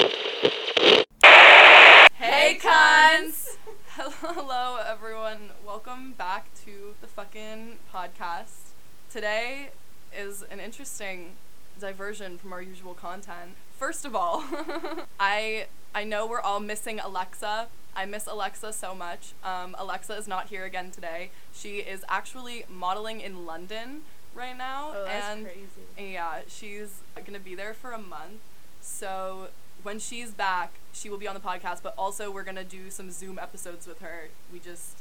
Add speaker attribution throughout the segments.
Speaker 1: Today is an interesting diversion from our usual content. First of all, I I know we're all missing Alexa. I miss Alexa so much. Um, Alexa is not here again today. She is actually modeling in London right now,
Speaker 2: Oh, that's
Speaker 1: and
Speaker 2: crazy.
Speaker 1: yeah, she's gonna be there for a month. So when she's back, she will be on the podcast. But also, we're gonna do some Zoom episodes with her. We just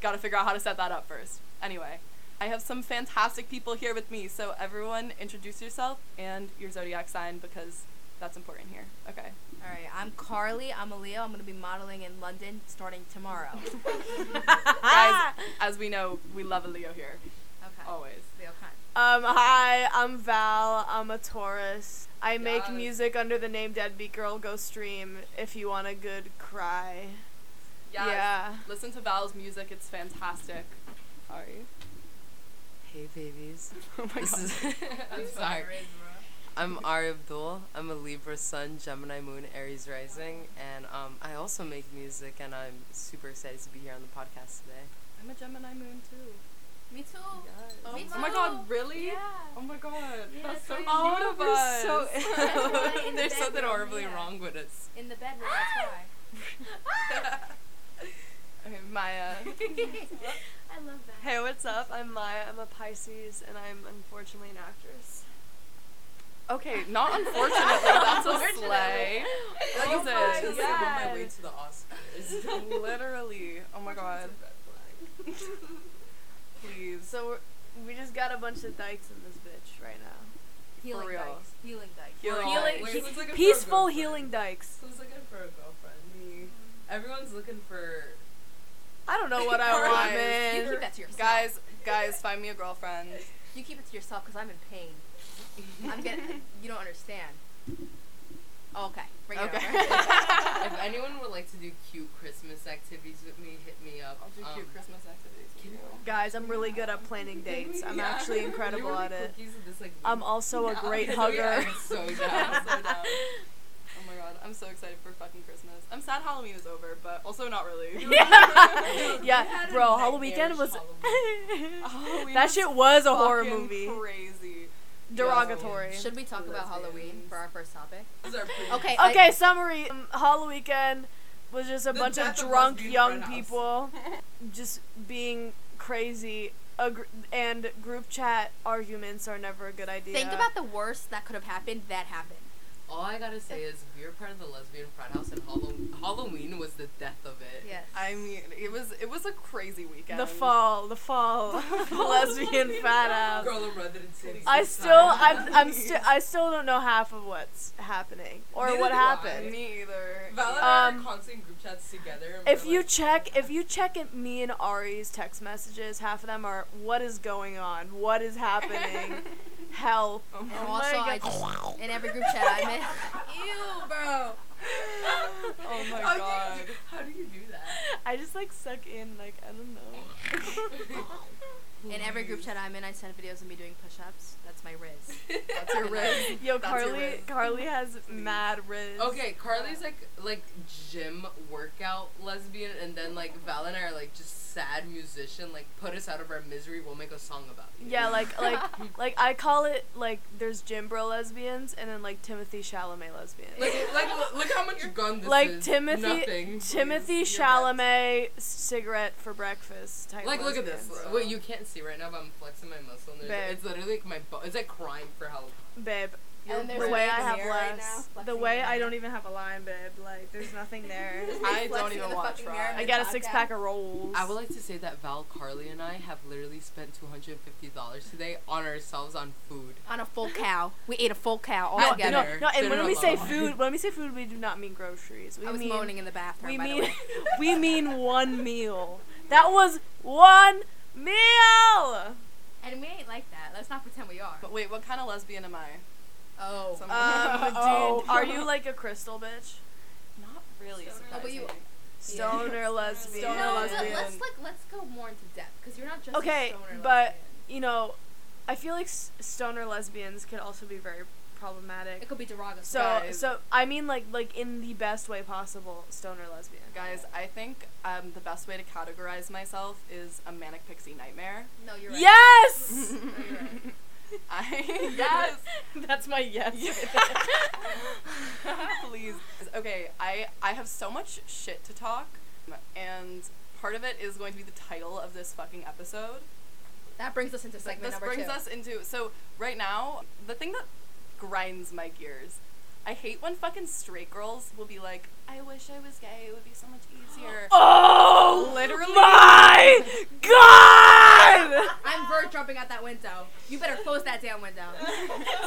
Speaker 1: gotta figure out how to set that up first. Anyway, I have some fantastic people here with me. So everyone, introduce yourself and your zodiac sign because that's important here. Okay.
Speaker 2: All right, I'm Carly. I'm a Leo. I'm gonna be modeling in London starting tomorrow.
Speaker 1: Guys, as we know, we love a Leo here
Speaker 2: Oh, Okay.
Speaker 1: always.
Speaker 2: Leo Khan.
Speaker 3: Um, hi, I'm Val. I'm a Taurus. I make
Speaker 1: Yes.
Speaker 3: music under the name Deadbeat Girl. Go stream if you want a good cry. Yeah.
Speaker 1: Listen to Val's music. It's fantastic. Sorry.
Speaker 4: Hey babies.
Speaker 1: Oh my
Speaker 4: This
Speaker 1: god.
Speaker 4: is- I'm sorry. I'm Ari Abdul. I'm a Libra Sun, Gemini Moon, Aries Rising, and um, I also make music, and I'm super excited to be here on the podcast today.
Speaker 1: I'm a Gemini moon too.
Speaker 2: Me too.
Speaker 1: Oh,
Speaker 2: Me
Speaker 1: my god,
Speaker 2: too.
Speaker 1: really?
Speaker 2: Yeah.
Speaker 1: Oh my god.
Speaker 2: Yeah,
Speaker 1: that's
Speaker 2: that's
Speaker 1: so
Speaker 2: why
Speaker 1: cute
Speaker 2: I'm-
Speaker 1: oh, of us.
Speaker 2: That's why in the
Speaker 4: There's something
Speaker 2: bedroom,
Speaker 4: horribly
Speaker 2: yeah.
Speaker 4: wrong with us.
Speaker 2: In the bedroom. That's why.
Speaker 1: okay, Maya.
Speaker 2: I love that.
Speaker 3: Hey, what's up? I'm Maya. I'm a Pisces, and I'm unfortunately an actress.
Speaker 1: Okay, not unfortunately, that's a
Speaker 2: Unfortunately.
Speaker 1: slay. Like
Speaker 4: oh
Speaker 1: I
Speaker 4: my
Speaker 1: said,
Speaker 4: God. my way
Speaker 3: God.
Speaker 4: to the Oscars.
Speaker 1: literally. Oh my god. Please.
Speaker 3: So we're, we just got a bunch of dykes in this bitch right now.
Speaker 2: Healing
Speaker 1: For real.
Speaker 2: dykes. Healing dykes.
Speaker 1: Healing
Speaker 3: Healing-
Speaker 1: dykes.
Speaker 3: he-
Speaker 4: Who's looking for a
Speaker 3: peaceful
Speaker 4: girlfriend?
Speaker 3: healing dykes.
Speaker 4: Who's looking for a girlfriend? Me. Everyone's looking for
Speaker 3: I don't know what I want,
Speaker 1: Guys,
Speaker 2: You keep
Speaker 3: man.
Speaker 2: that to yourself.
Speaker 1: Guys, guys, find me a girlfriend.
Speaker 2: You keep it to yourself because I'm in pain. I'm getting. You don't understand. Oh, okay. Bring it
Speaker 1: Okay.
Speaker 2: over.
Speaker 4: if anyone would like to do cute Christmas activities with me, hit me up.
Speaker 1: I'll do
Speaker 4: Um,
Speaker 1: cute Christmas activities. with you.
Speaker 3: Guys, I'm really good at planning dates. I'm
Speaker 4: Yeah.
Speaker 3: actually
Speaker 4: You
Speaker 3: incredible
Speaker 4: order
Speaker 3: at it.
Speaker 4: cookies with this, like,
Speaker 3: I'm also a
Speaker 1: Yeah.
Speaker 3: great
Speaker 1: Yeah,
Speaker 3: hugger.
Speaker 4: I'm so
Speaker 1: I'm
Speaker 4: down.
Speaker 1: so down. Oh my god, I'm so excited for fucking Christmas. I'm sad Halloween is over, but also not really.
Speaker 3: yeah,
Speaker 4: We had
Speaker 3: yeah,
Speaker 4: a
Speaker 3: bro. Halloween weekend
Speaker 4: nightmarish
Speaker 3: was
Speaker 1: Halloween
Speaker 3: that
Speaker 1: was
Speaker 3: shit was a horror
Speaker 1: Fucking
Speaker 3: movie.
Speaker 1: Crazy.
Speaker 3: Derogatory.
Speaker 2: Should we talk about
Speaker 4: Lesbians.
Speaker 2: Halloween for our first topic?
Speaker 4: Those are pretty-
Speaker 2: Okay. I-
Speaker 3: Okay, summary. Um, Halloween weekend was just a
Speaker 4: The
Speaker 3: bunch of
Speaker 4: death of
Speaker 3: drunk
Speaker 4: lesbian
Speaker 3: young
Speaker 4: friend house.
Speaker 3: people, just being crazy. A gr- and group chat arguments are never a good idea.
Speaker 2: Think about the worst that could have happened. That happened.
Speaker 4: All I gotta say is we were part of the lesbian frat house, and Hallow- Halloween was the death of it.
Speaker 2: Yes.
Speaker 1: I mean, it was it was a crazy weekend.
Speaker 3: the fall, the fall,
Speaker 1: The
Speaker 3: lesbian fat ass.
Speaker 4: Girl in Red and City.
Speaker 3: I still, I'm, I'm still, I still don't know half of what's happening or
Speaker 4: Neither
Speaker 3: what
Speaker 4: do I.
Speaker 3: happened.
Speaker 1: Me either.
Speaker 4: Val and I are
Speaker 3: Um,
Speaker 4: constantly in group chats together. and
Speaker 3: If
Speaker 4: we're
Speaker 3: you
Speaker 4: like,
Speaker 3: check, if you check at me and Ari's text messages, half of them are "What is going on? What is happening? Help!"
Speaker 1: Oh
Speaker 2: And
Speaker 3: Oh
Speaker 1: my-
Speaker 2: also,
Speaker 3: my
Speaker 2: I just in every group chat I'm in. Ew, bro.
Speaker 1: oh my
Speaker 4: how
Speaker 1: god.
Speaker 4: Do you, how do you do that?
Speaker 3: I just like suck in, like I don't know.
Speaker 2: In every group chat I'm in, I send videos of me doing push-ups. That's my riz.
Speaker 1: That's your riz.
Speaker 3: Yo,
Speaker 1: That's your
Speaker 3: Carly,
Speaker 1: riz.
Speaker 3: Carly has mad riz.
Speaker 4: Okay, Carly's
Speaker 3: uh,
Speaker 4: like like gym workout lesbian, and then like Val and I are like just sad musician. Like put us out of our misery, we'll make a song about you.
Speaker 3: Yeah, like like like I call it like there's Jim bro lesbians and then like Timothy Chalamet lesbians.
Speaker 4: Like, like look- look how much gun this
Speaker 3: Like
Speaker 4: is.
Speaker 3: Timothy-
Speaker 4: Nothing.
Speaker 3: Timothy
Speaker 4: Please, you're right.
Speaker 3: Chalamet cigarette for breakfast type.
Speaker 4: Like look at this.
Speaker 3: lesbians.
Speaker 4: Wait, you can't see right now, but I'm flexing my muscle. And there's-
Speaker 3: Babe.
Speaker 4: it's literally like my butt. It's like crying for help.
Speaker 3: babe.
Speaker 2: You're And there's
Speaker 3: the
Speaker 2: a
Speaker 3: way
Speaker 2: babe
Speaker 3: I
Speaker 2: in
Speaker 3: have
Speaker 2: the mirror right
Speaker 3: less.
Speaker 2: now,
Speaker 3: the
Speaker 2: flexing
Speaker 3: way
Speaker 2: in the
Speaker 3: I
Speaker 2: mirror.
Speaker 3: don't e- even have a line, babe. Like there's nothing there.
Speaker 1: I don't
Speaker 2: Flexing in
Speaker 1: even
Speaker 2: the
Speaker 1: watch
Speaker 2: fucking
Speaker 1: Ron.
Speaker 2: mirror in
Speaker 3: I
Speaker 2: the
Speaker 3: got a six
Speaker 2: podcast.
Speaker 3: pack of rolls.
Speaker 4: I would like to say that Val, Carly, and I have literally spent two hundred and fifty dollars today on ourselves on food.
Speaker 2: on a full cow. We ate a full cow all
Speaker 4: No,
Speaker 3: no,
Speaker 2: together.
Speaker 3: no, no, and
Speaker 4: Dinner
Speaker 3: when we say
Speaker 4: alone.
Speaker 3: food, when we say food, we do not mean groceries. We
Speaker 2: I was
Speaker 3: mean,
Speaker 2: moaning in the bathroom.
Speaker 3: We
Speaker 2: by
Speaker 3: mean,
Speaker 2: the way.
Speaker 3: we mean one meal. That was one meal.
Speaker 2: and we ain't like that. Let's not pretend we are.
Speaker 1: But wait, what kind of lesbian am I?
Speaker 2: Oh,
Speaker 1: Some-
Speaker 3: Um, dude,
Speaker 1: Oh.
Speaker 3: are you like a crystal bitch?
Speaker 1: Not really.
Speaker 2: Oh, but you-
Speaker 1: surprising.
Speaker 3: Stoner lesbian.
Speaker 1: Stoner
Speaker 2: no, but
Speaker 1: lesbian.
Speaker 2: let's like let's go more into depth because you're not just
Speaker 3: Okay,
Speaker 2: A stoner
Speaker 3: but
Speaker 2: lesbian.
Speaker 3: you know, I feel like s- stoner lesbians could also be very
Speaker 2: It
Speaker 3: problematic.
Speaker 2: could be derogatory.
Speaker 3: So
Speaker 1: Guys.
Speaker 3: so I mean like like in the best way possible, stoner lesbian.
Speaker 1: Guys, I think um, the best way to categorize myself is a manic pixie nightmare.
Speaker 2: no, you're right.
Speaker 3: Yes.
Speaker 2: No, you're right.
Speaker 1: I yes.
Speaker 3: That's my yes.
Speaker 1: Please. Okay, I I have so much shit to talk, and part of it is going to be the title of this fucking episode.
Speaker 2: That brings us into
Speaker 1: Like,
Speaker 2: segment
Speaker 1: this
Speaker 2: number
Speaker 1: brings
Speaker 2: two.
Speaker 1: us into so right now the thing that grinds my gears. I hate when fucking straight girls will be like, "I wish I was gay. It would be so much easier."
Speaker 3: Oh,
Speaker 1: Literally.
Speaker 3: my God!
Speaker 2: I'm bird jumping out that window. You better close that damn window.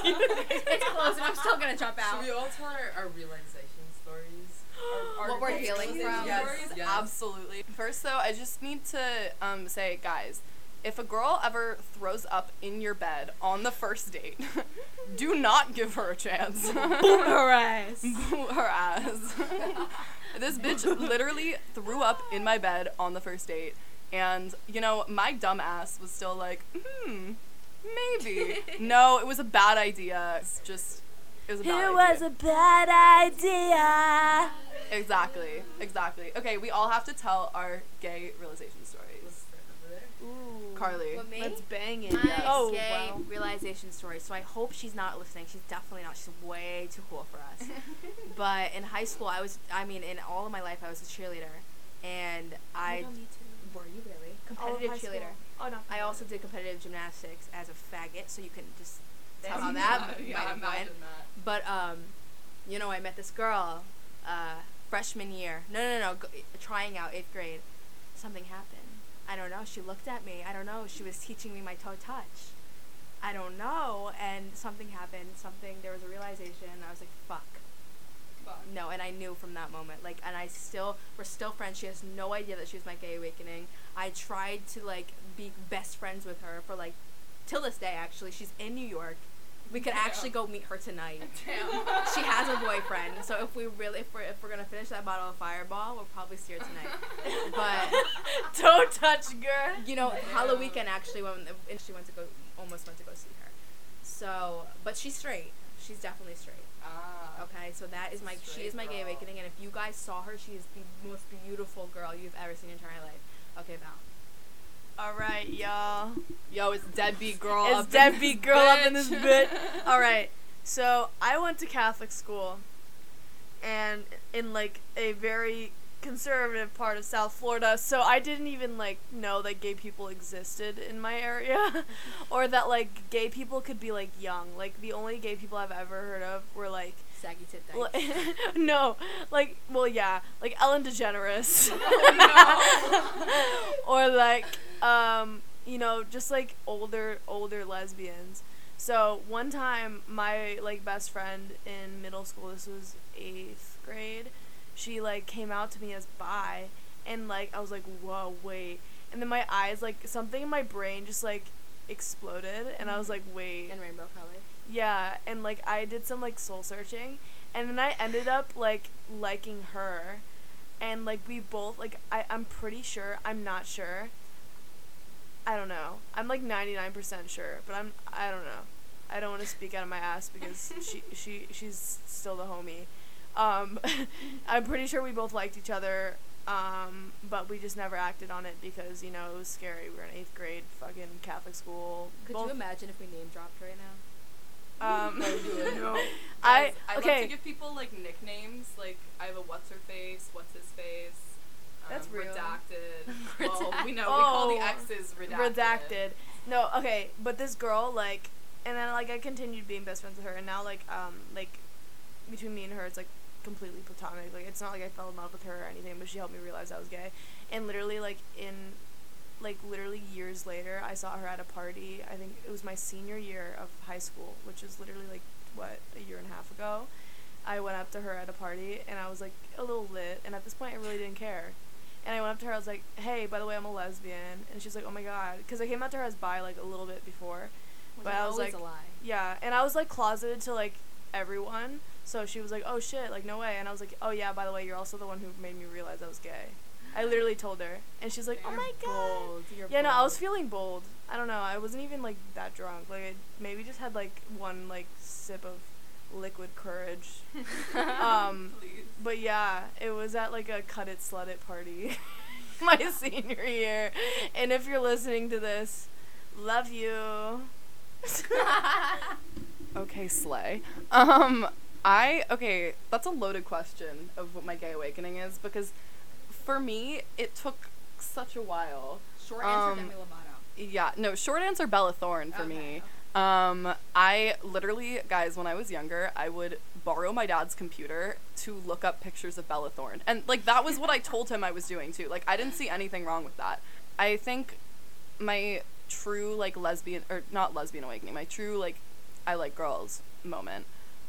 Speaker 2: it's closed, and I'm still gonna jump out.
Speaker 4: Should we all tell our, our realization stories? Our,
Speaker 2: What we're healing
Speaker 4: realization
Speaker 2: from.
Speaker 1: Yes,
Speaker 4: stories?
Speaker 1: yes. absolutely. First, though, I just need to um, say, guys, if a girl ever throws up in your bed on the first date, do not give her a chance.
Speaker 3: Boom her ass.
Speaker 1: Boot her ass. this bitch literally threw up in my bed on the first date, and you know my dumb ass was still like, hmm, maybe. no, it was a bad idea. It's just. It was a bad
Speaker 3: It
Speaker 1: idea.
Speaker 3: was a bad idea.
Speaker 1: Exactly. Exactly. Okay, we all have to tell our gay realization stories.
Speaker 3: Ooh.
Speaker 1: Carly.
Speaker 2: With me?
Speaker 3: Let's bang it.
Speaker 2: My
Speaker 3: Oh,
Speaker 2: gay
Speaker 3: wow.
Speaker 2: realization story. So I hope she's not listening. She's definitely not. She's way too cool for us. but in high school, I was. I mean, in all of my life, I was a cheerleader, and I were you really competitive cheerleader.
Speaker 3: Oh, no.
Speaker 2: I also did competitive gymnastics as a faggot, so you can just tell
Speaker 4: That's
Speaker 2: how
Speaker 4: not-
Speaker 2: that
Speaker 4: yeah,
Speaker 2: might have went.
Speaker 4: imagine that.
Speaker 2: But um, you know, I met this girl, uh, freshman year. No, no, no, go, trying out eighth grade. Something happened. I don't know. She looked at me. I don't know. She was teaching me my toe touch. I don't know. And something happened. Something. There was a realization. And I was like, fuck. No, and I knew from that moment. Like, and I still, we're still friends. She has no idea that she was my gay awakening. I tried to, like, be best friends with her for, like, till this day, actually. She's in New York. We could actually go meet her tonight. She has a boyfriend, so if we really, if we're, if we're gonna finish that bottle of Fireball, we'll probably see her tonight. but
Speaker 3: Don't touch, girl.
Speaker 2: you know, Halloween weekend actually when and she went to go, almost went to go see her. So, but she's straight. She's definitely straight.
Speaker 4: Ah.
Speaker 2: Okay, so that is my she
Speaker 4: Straight
Speaker 2: is my gay
Speaker 4: girl.
Speaker 2: awakening, and if you guys saw her, she is the most beautiful girl you've ever seen in your entire life. Okay, Val.
Speaker 3: All right, y'all.
Speaker 1: Yo, it's deadbeat girl. up
Speaker 3: It's
Speaker 1: in
Speaker 3: deadbeat
Speaker 1: this
Speaker 3: girl up in this
Speaker 1: bitch.
Speaker 3: bit. All right. So I went to Catholic school, and in like a very conservative part of South Florida. So I didn't even like know that gay people existed in my area, or that like gay people could be like young. Like the only gay people I've ever heard of were like
Speaker 2: Saggy tip dice.
Speaker 3: L- no, like well, yeah, like Ellen DeGeneres, or like um, you know, just like older older lesbians. So one time, my like best friend in middle school, this was eighth grade, she like came out to me as bi, and like I was like, whoa, wait, and then my eyes like something in my brain just like exploded, and I was like, wait,
Speaker 2: and rainbow color.
Speaker 3: yeah, and like I did some like soul searching, and then I ended up like liking her, and like we both like I I'm pretty sure I'm not sure. I don't know. I'm like ninety nine percent sure, but I'm I don't know. I don't want to speak out of my ass because she she she's still the homie. Um, I'm pretty sure we both liked each other, um, but we just never acted on it because you know it was scary. We were in eighth grade, fucking Catholic school.
Speaker 2: Could
Speaker 3: both-
Speaker 2: you imagine if we name dropped right now?
Speaker 3: um, I
Speaker 1: Guys, love to
Speaker 3: okay.
Speaker 1: give people like nicknames. Like I have a what's her face, what's his face. Um,
Speaker 3: That's real.
Speaker 1: redacted.
Speaker 2: Redacted.
Speaker 1: Well, we know we call
Speaker 3: Oh.
Speaker 1: the exes redacted.
Speaker 3: redacted. No, okay, but this girl like, and then like I continued being best friends with her, and now like um like, between me and her, it's like completely platonic. Like it's not like I fell in love with her or anything, but she helped me realize I was gay, and literally like in, like literally years later, I saw her at a party. I think it was my senior year of high school, which is literally like what a year and a half ago. I went up to her at a party and I was like a little lit, and at this point I really didn't care. And I went up to her, I was like, hey, by the way, I'm a lesbian. And she's like, oh my god. Because I came out to her as bi like a little bit before.
Speaker 2: Was
Speaker 3: But
Speaker 2: that
Speaker 3: I was
Speaker 2: always
Speaker 3: like-
Speaker 2: a lie.
Speaker 3: Yeah. And I was like closeted to like everyone. So she was like, oh shit, like no way. And I was like, oh yeah, by the way, you're also the one who made me realize I was gay. I literally told her. And she's like, oh
Speaker 1: You're
Speaker 3: my god.
Speaker 2: Bold. You're
Speaker 3: Yeah, no, I was
Speaker 2: bold.
Speaker 3: feeling bold. I don't know. I wasn't even like that drunk. Like I maybe just had like one like sip of liquid courage.
Speaker 1: um,
Speaker 3: Um, But yeah, it was at like a cut it slut it party my senior year. And if you're listening to this, love you.
Speaker 1: Okay, slay. Um, I okay. That's a loaded question of what my gay awakening is because, for me, it took such a while.
Speaker 5: Short answer,
Speaker 1: Um,
Speaker 5: Demi Lovato.
Speaker 1: Yeah, no. Short answer, Bella Thorne for
Speaker 5: Okay,
Speaker 1: me.
Speaker 5: okay.
Speaker 1: Um, I literally, guys, when I was younger, I would borrow my dad's computer to look up pictures of Bella Thorne, and like that was what I told him I was doing too. Like I didn't see anything wrong with that. I think my true like lesbian or not lesbian awakening, my true like I like girls moment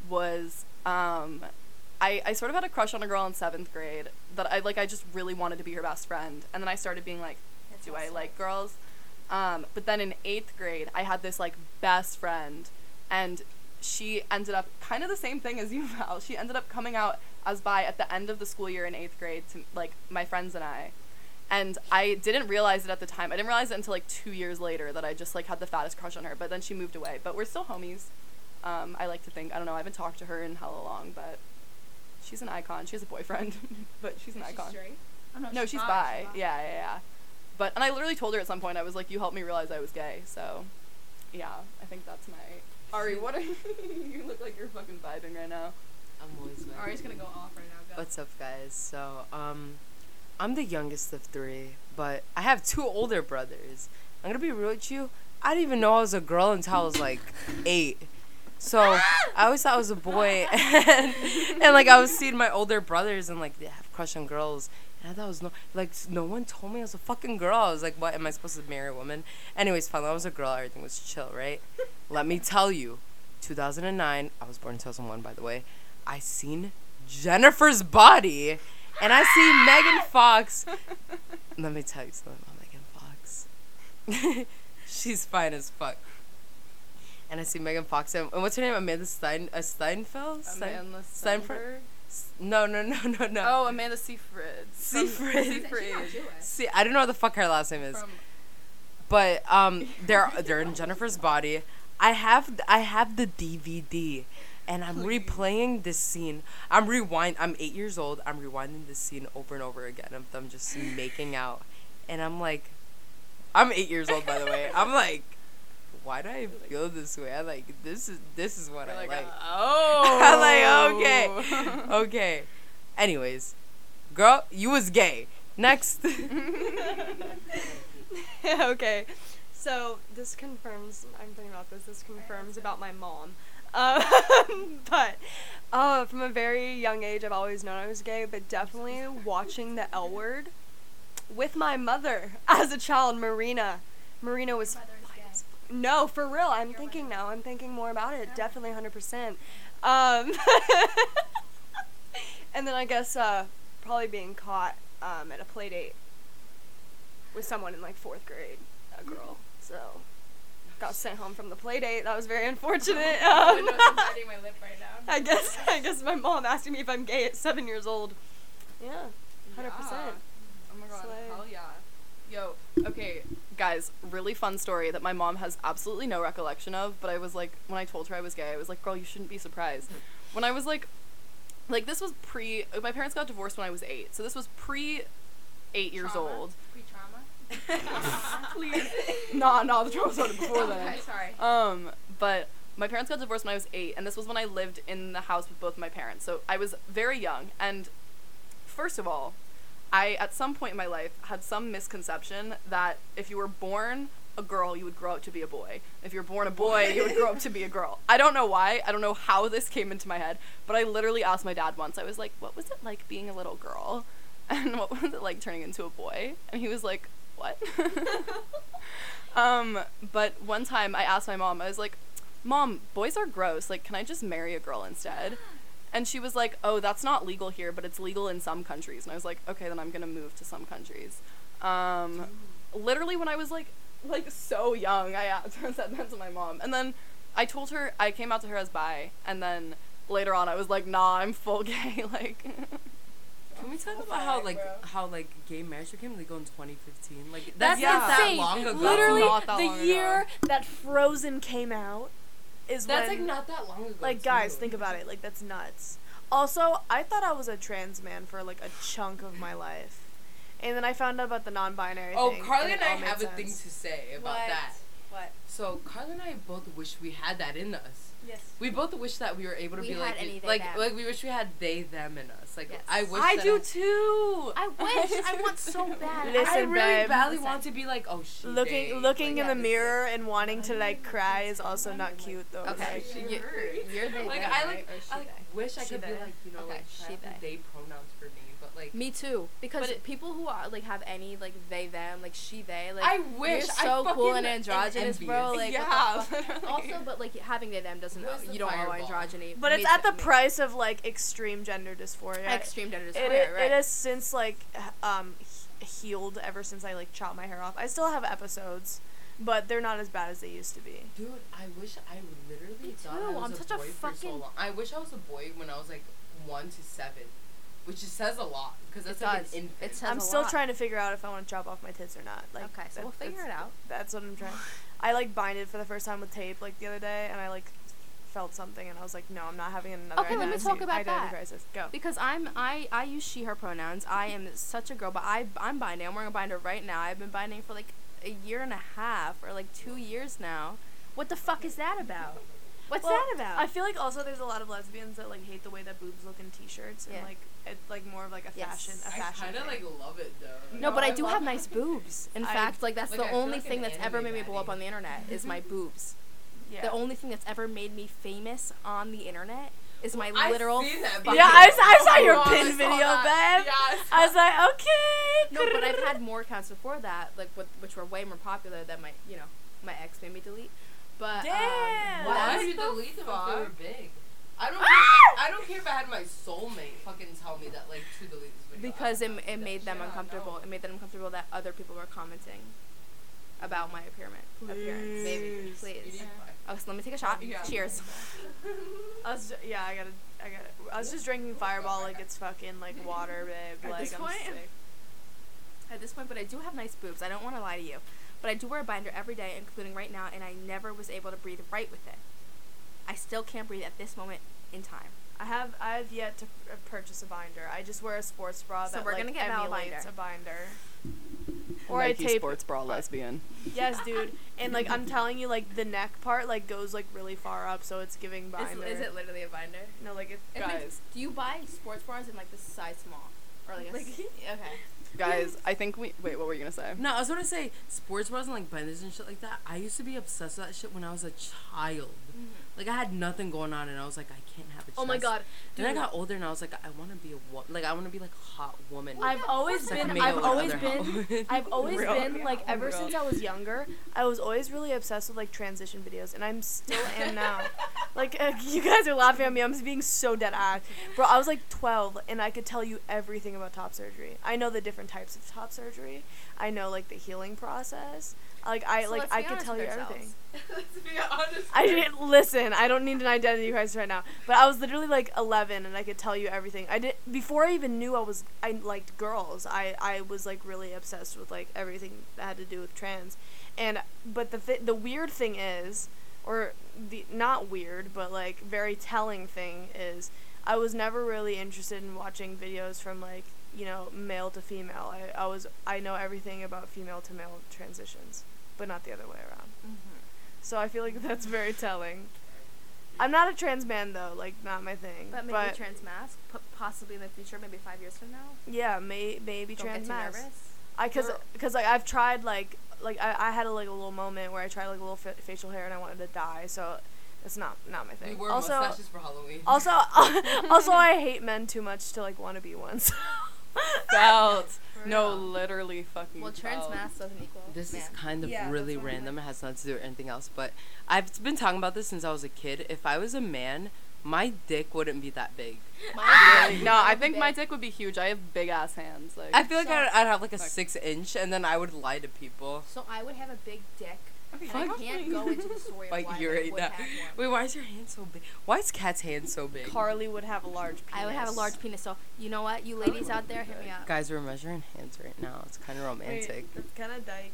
Speaker 1: was um I, I sort of had a crush on a girl in seventh grade that I like I just really wanted to be her best friend and then I started being like,
Speaker 5: That's
Speaker 1: Do I
Speaker 5: awesome.
Speaker 1: like girls? Um, but then in eighth grade I had this like best friend and she ended up kind of the same thing as you Val. She ended up coming out as bi at the end of the school year in eighth grade to like my friends and I. And I didn't realize it at the time. I didn't realize it until like two years later that I just like had the fattest crush on her. But then she moved away. But we're still homies. Um, I like to think. I don't know. I haven't talked to her in hella long, but she's an icon. She has a boyfriend, but she's an
Speaker 5: She's
Speaker 1: icon.
Speaker 5: straight? Oh,
Speaker 1: No, she's bi. Yeah, yeah, yeah. But and I literally told her at some point. I was like, "You helped me realize I was gay." So, yeah, I think that's my. Ari, what are you? you look like you're fucking vibing right now.
Speaker 4: I'm always with
Speaker 5: Ari's gonna go off right now. Go.
Speaker 4: What's up, guys? So, um, I'm the youngest of three, but I have two older brothers. I'm gonna be real with you. I didn't even know I was a girl until I was like eight. So I always thought I was a boy, and, and like I was seeing my older brothers and like they have crush on girls, and I thought I was no like s- no one told me I was a fucking girl. I was like, what am I supposed to marry a woman? Anyways, finally I was a girl. Everything was chill, right? Let me tell you, 2009. I was born in 2001, by the way. I seen Jennifer's body, and I see Megan Fox. Let me tell you something about Megan Fox. She's fine as fuck. And I see Megan Fox and, and what's her name? Amanda Stein, uh, Steinfeld. Stein-
Speaker 1: Amanda
Speaker 4: Steinfeld?
Speaker 1: Seyfried?
Speaker 4: S- no, no, no, no, no.
Speaker 1: Oh, Amanda Seyfried. From-
Speaker 4: Seyfried.
Speaker 5: She's not Jewish.
Speaker 4: See, I don't know what the fuck her last name is,
Speaker 5: From
Speaker 4: but um, they're they're in Jennifer's body. I have I have the DVD, and I'm replaying this scene. I'm rewind. I'm eight years old. I'm rewinding this scene over and over again of them just making out, and I'm like, I'm eight years old by the way. I'm like, why do I feel this way? I like this is this is what
Speaker 1: You're
Speaker 4: I
Speaker 1: like,
Speaker 4: like.
Speaker 1: Oh.
Speaker 4: I'm like, okay, okay. Anyways, girl, you was gay. Next.
Speaker 6: okay. So this confirms. I'm thinking about this. This confirms about my mom. Um, but uh, from a very young age, I've always known I was gay. But definitely watching the L Word with my mother as a child, Marina. Marina was
Speaker 5: Mother's
Speaker 6: no, for real. I'm
Speaker 5: Your
Speaker 6: thinking
Speaker 5: mother.
Speaker 6: now. I'm thinking more about it.
Speaker 5: Yeah.
Speaker 6: Definitely 100%. Um, and then I guess uh, probably being caught um, at a play date with someone in like fourth grade, a
Speaker 5: Mm-hmm.
Speaker 6: girl. So got sent home from the play date. That was very unfortunate.
Speaker 5: I
Speaker 6: Um,
Speaker 5: don't know if I'm biting my lip right now.
Speaker 6: I guess I guess my mom asking me if I'm gay at seven years old. Yeah, 100%.
Speaker 1: Oh my god,
Speaker 6: Slay.
Speaker 1: hell yeah. Yo, okay, guys, really fun story that my mom has absolutely no recollection of, but I was like, when I told her I was gay, I was like, girl, you shouldn't be surprised. When I was like, like this was pre, my parents got divorced when I was eight, so this was pre eight years
Speaker 5: Trauma?
Speaker 1: old.
Speaker 5: Pre-trauma. Please.
Speaker 1: Nah, nah, the trauma started before then.
Speaker 5: Okay, sorry.
Speaker 1: Um, but my parents got divorced when I was eight, and this was when I lived in the house with both my parents. So I was very young. And first of all, I at some point in my life had some misconception that if you were born a girl, you would grow up to be a boy. If you're born a boy, you would grow up to be a girl. I don't know why. I don't know how this came into my head, but I literally asked my dad once. I was like, "What was it like being a little girl?" And what was it like turning into a boy? And he was like, "What?" Um, but one time I asked my mom, I was like, Mom, boys are gross. Like, can I just marry a girl instead? And she was like, Oh, that's not legal here, but it's legal in some countries. And I was like, Okay, then I'm gonna move to some countries. Um, literally when I was like, like so young, I asked, I said that to my mom, and then I told her I came out to her as bi, and then later on I was like, Nah, I'm full gay. like,
Speaker 4: Can we talk about how like how like gay marriage became legal in 2015? Like
Speaker 1: That's
Speaker 4: that's, not that
Speaker 3: insane.
Speaker 4: long ago.
Speaker 3: Literally
Speaker 1: Not that long
Speaker 3: the
Speaker 1: ago.
Speaker 3: year that Frozen came out. is
Speaker 4: That's
Speaker 3: when
Speaker 4: like not that long ago.
Speaker 3: like guys think about it like that's nuts also i thought i was a trans man for like a chunk of my life and then i found out about the non-binary
Speaker 4: Oh,
Speaker 3: thing
Speaker 4: Carly
Speaker 3: it
Speaker 4: and I
Speaker 3: all made
Speaker 4: have a thing
Speaker 3: sense.
Speaker 4: to say about
Speaker 2: What?
Speaker 4: that.
Speaker 2: What?
Speaker 4: So Carly and I both wish we had that in us.
Speaker 5: Yes.
Speaker 4: We both wish that we were able to
Speaker 2: We
Speaker 4: be
Speaker 2: had
Speaker 4: like
Speaker 2: any they,
Speaker 4: like
Speaker 2: them.
Speaker 4: like we wish we had they them in us. Like
Speaker 2: Yes.
Speaker 4: I wish
Speaker 1: I
Speaker 4: that
Speaker 1: do too.
Speaker 2: I wish. I want so bad.
Speaker 3: Listen,
Speaker 4: I
Speaker 2: I,
Speaker 4: really
Speaker 3: babe.
Speaker 4: badly
Speaker 2: Listen.
Speaker 4: want to be like oh she
Speaker 3: looking
Speaker 4: they.
Speaker 3: looking
Speaker 4: like,
Speaker 3: in the mirror and wanting to like cry is also not cute though
Speaker 2: okay.
Speaker 3: Like,
Speaker 2: You, you're the
Speaker 4: like
Speaker 2: them,
Speaker 4: I
Speaker 2: right?
Speaker 4: like
Speaker 2: Or she
Speaker 4: I like,
Speaker 2: they?
Speaker 4: wish I
Speaker 2: She
Speaker 4: could be
Speaker 2: they.
Speaker 4: like you know
Speaker 2: Okay,
Speaker 4: like
Speaker 2: she
Speaker 4: try out the they pronouns for me, but like
Speaker 2: Me too. Because
Speaker 1: But it-
Speaker 2: people who are like have any like they them like she they like
Speaker 4: I wish
Speaker 2: you're
Speaker 4: I
Speaker 2: so cool
Speaker 4: fucking
Speaker 2: and
Speaker 4: am
Speaker 2: androgynous, bro.
Speaker 4: envious.
Speaker 2: Like
Speaker 1: yeah.
Speaker 2: what the fuck?
Speaker 1: literally.
Speaker 2: also, but like having they them doesn't
Speaker 4: Where's the
Speaker 2: you don't owe
Speaker 4: fireball?
Speaker 2: androgyny.
Speaker 3: but
Speaker 2: Me
Speaker 3: it's at
Speaker 2: too-
Speaker 3: the
Speaker 2: me-
Speaker 3: price of like extreme gender dysphoria
Speaker 2: Extreme gender
Speaker 3: it,
Speaker 2: dysphoria, right?
Speaker 3: it has since like h- um he- healed ever since i like chopped my hair off i still have episodes but they're not as bad as they used to be
Speaker 4: Dude, I wish I literally
Speaker 2: Me
Speaker 4: thought I
Speaker 2: too,
Speaker 4: was
Speaker 2: I'm
Speaker 4: a
Speaker 2: such
Speaker 4: boy
Speaker 2: a
Speaker 4: for so
Speaker 2: fucking-
Speaker 4: long. I wish I was a boy when I was like one to seven, which just says a lot because that's
Speaker 2: It
Speaker 4: like
Speaker 2: does.
Speaker 4: an infant.
Speaker 2: It says-
Speaker 3: i'm
Speaker 2: a
Speaker 3: still
Speaker 2: lot.
Speaker 3: trying to figure out if i want to chop off my tits or not like
Speaker 2: okay, so
Speaker 3: that-
Speaker 2: we'll figure it
Speaker 3: that's-
Speaker 2: out.
Speaker 3: that's what i'm trying i like binded for the first time with tape like the other day and i like felt something and i was like no i'm not having another
Speaker 2: Okay, let me
Speaker 3: identity-
Speaker 2: talk about
Speaker 3: identity
Speaker 2: that.
Speaker 3: crisis go
Speaker 2: Because I'm I I use she her pronouns. I am such a girl, but I I'm binding. I'm wearing a binder right now. I've been binding for like a year and a half or like two years now. What the fuck is that about? What's
Speaker 3: Well,
Speaker 2: that about?
Speaker 3: I feel like also there's a lot of lesbians that like hate the way that boobs look in t-shirts
Speaker 2: Yeah.
Speaker 3: and like it's like more of like a
Speaker 2: Yes.
Speaker 3: fashion a
Speaker 4: I
Speaker 3: fashion.
Speaker 4: kind of
Speaker 3: thing.
Speaker 4: like love it though.
Speaker 2: no, but I do
Speaker 4: love
Speaker 2: have nice boobs. In
Speaker 3: I-
Speaker 2: fact, like that's
Speaker 4: like, I
Speaker 2: the
Speaker 4: feel
Speaker 2: only
Speaker 4: like
Speaker 2: thing
Speaker 4: an
Speaker 2: that's ever
Speaker 4: anime
Speaker 2: made me blow up
Speaker 4: baddie.
Speaker 2: on the internet is my boobs.
Speaker 3: yeah.
Speaker 2: The only thing that's ever made me famous on the internet is my
Speaker 4: I've
Speaker 2: literal.
Speaker 4: seen that
Speaker 2: fucking-
Speaker 4: video.
Speaker 3: yeah, I, s- I saw
Speaker 4: Oh,
Speaker 3: your
Speaker 4: I
Speaker 3: pin
Speaker 4: saw
Speaker 3: video,
Speaker 4: that.
Speaker 3: babe.
Speaker 4: Yeah,
Speaker 3: I was like, okay.
Speaker 2: No, but I've had more accounts before that, like with, which were way more popular than my, you know, my ex made me delete. But
Speaker 3: Damn.
Speaker 2: Um,
Speaker 4: Why
Speaker 2: that's-
Speaker 4: would you delete them if they were big? Ah! I don't. Care, I don't care if I had my soulmate fucking tell me that like to delete this video. I
Speaker 2: because it,
Speaker 4: would not
Speaker 2: it
Speaker 4: do
Speaker 2: made
Speaker 4: that
Speaker 2: them
Speaker 4: shit.
Speaker 2: uncomfortable. It made them uncomfortable that other people were commenting about my appearance. Appearance,
Speaker 4: Baby, you
Speaker 2: please.
Speaker 4: need
Speaker 2: Oh, so let me take a shot.
Speaker 4: Ah, Yeah.
Speaker 2: Cheers.
Speaker 3: I was, ju- yeah, I gotta, I gotta. I was just drinking Fireball like it's fucking like water, babe. Like
Speaker 2: this
Speaker 3: I'm
Speaker 2: point?
Speaker 3: sick.
Speaker 2: At this point, but I do have nice boobs. I don't want to lie to you, but I do wear a binder every day, including right now, and I never was able to breathe right with it. I still can't breathe at this moment in time.
Speaker 3: I have, I have yet to uh, purchase a binder. I just wear a sports bra
Speaker 2: So
Speaker 3: that
Speaker 2: we're
Speaker 3: like
Speaker 2: gonna get Val a
Speaker 3: emulates
Speaker 2: binder.
Speaker 3: a binder. Or I tape.
Speaker 1: bra lesbian.
Speaker 3: Yes, dude. And like I'm telling you, like the neck part like goes like really far up, so it's giving
Speaker 2: Is,
Speaker 3: binder.
Speaker 2: is it literally a binder?
Speaker 3: No, like it's
Speaker 2: And like, do you buy sports bras in like the size small or like, a s- okay?
Speaker 1: Guys, I think we wait. What were you gonna say?
Speaker 4: No, I was gonna say sports bras and like benders and shit like that. I used to be obsessed with that shit when I was a child.
Speaker 3: Mm-hmm.
Speaker 4: Like I had nothing going on, and I was like, I can't have a. Chest.
Speaker 2: Oh my God,
Speaker 4: Then I got older, and I was like, I want to be a wo- like I want to be like a hot woman.
Speaker 3: I've always
Speaker 4: So I can
Speaker 3: been.
Speaker 4: make
Speaker 3: I've
Speaker 4: out with
Speaker 3: always
Speaker 4: other hot
Speaker 3: been.
Speaker 4: women.
Speaker 3: I've always
Speaker 1: Real.
Speaker 3: been like ever since I was younger. I was always really obsessed with like transition videos, and I'm still am now. like uh, you guys are laughing at me. I'm just being so dead ass, bro. I was like 12, and I could tell you everything about top surgery. I know the different types of top surgery. I know like the healing process. Like I
Speaker 2: So
Speaker 3: like
Speaker 2: let's
Speaker 3: I
Speaker 2: be
Speaker 3: could
Speaker 2: honest
Speaker 3: tell you
Speaker 2: with ourselves.
Speaker 3: everything.
Speaker 4: Let's be honest.
Speaker 3: I didn't listen. I don't need an identity crisis right now. But I was literally like 11, and I could tell you everything. I did before I even knew I was I liked girls. I I was like really obsessed with like everything that had to do with trans, and but the th- the weird thing is, or the not weird, but like very telling thing is, I was never really interested in watching videos from like you know male to female. I I was I know everything about female to male transitions, but not the other way around.
Speaker 2: Mm-hmm.
Speaker 3: So I feel like that's very telling. I'm not a trans man though, like not my thing.
Speaker 2: But
Speaker 3: Mm-hmm. But
Speaker 2: maybe trans mask, po- possibly in the future, maybe five years from now.
Speaker 3: yeah, may maybe
Speaker 2: Don't
Speaker 3: trans
Speaker 2: get too
Speaker 3: mask.
Speaker 2: nervous.
Speaker 3: I cause
Speaker 2: Or-
Speaker 3: cause like I've tried like like I, I had a, like a little moment where I tried like a little fa- facial hair and I wanted to die, so it's not not my
Speaker 4: We
Speaker 3: thing.
Speaker 4: wore
Speaker 3: also
Speaker 4: mustaches for Halloween.
Speaker 3: also also I hate men too much to like want to be one. So.
Speaker 1: Felt. No,
Speaker 2: real.
Speaker 1: literally fucking.
Speaker 2: Well, trans
Speaker 1: felt.
Speaker 2: mask doesn't equal.
Speaker 4: This
Speaker 2: man.
Speaker 4: is kind of
Speaker 3: Yeah, that's
Speaker 4: really
Speaker 3: what I'm
Speaker 4: random. It has nothing to do with anything else, but I've been talking about this since I was a kid. If I was a man, my dick wouldn't be that big.
Speaker 2: Mine is
Speaker 1: No, I think
Speaker 2: big.
Speaker 1: my dick would be huge. I have big ass hands. Like
Speaker 4: I feel like I'd, I'd have like a
Speaker 1: Fuck.
Speaker 4: six inch, and then I would lie to people.
Speaker 2: So I would have a big dick, and I
Speaker 1: Fuck
Speaker 2: can't
Speaker 1: me.
Speaker 2: go into the story of
Speaker 4: Like
Speaker 2: why I
Speaker 4: you're right
Speaker 2: would
Speaker 4: now.
Speaker 2: have one.
Speaker 4: Wait, why is your hand so big? Why is Kat's hand so big?
Speaker 3: Carly would have a large penis.
Speaker 2: I would have a large penis. So you know what, you ladies out there, hit me up.
Speaker 4: Guys, we're measuring hands right now. It's kind of romantic.
Speaker 3: That's kind of dyke.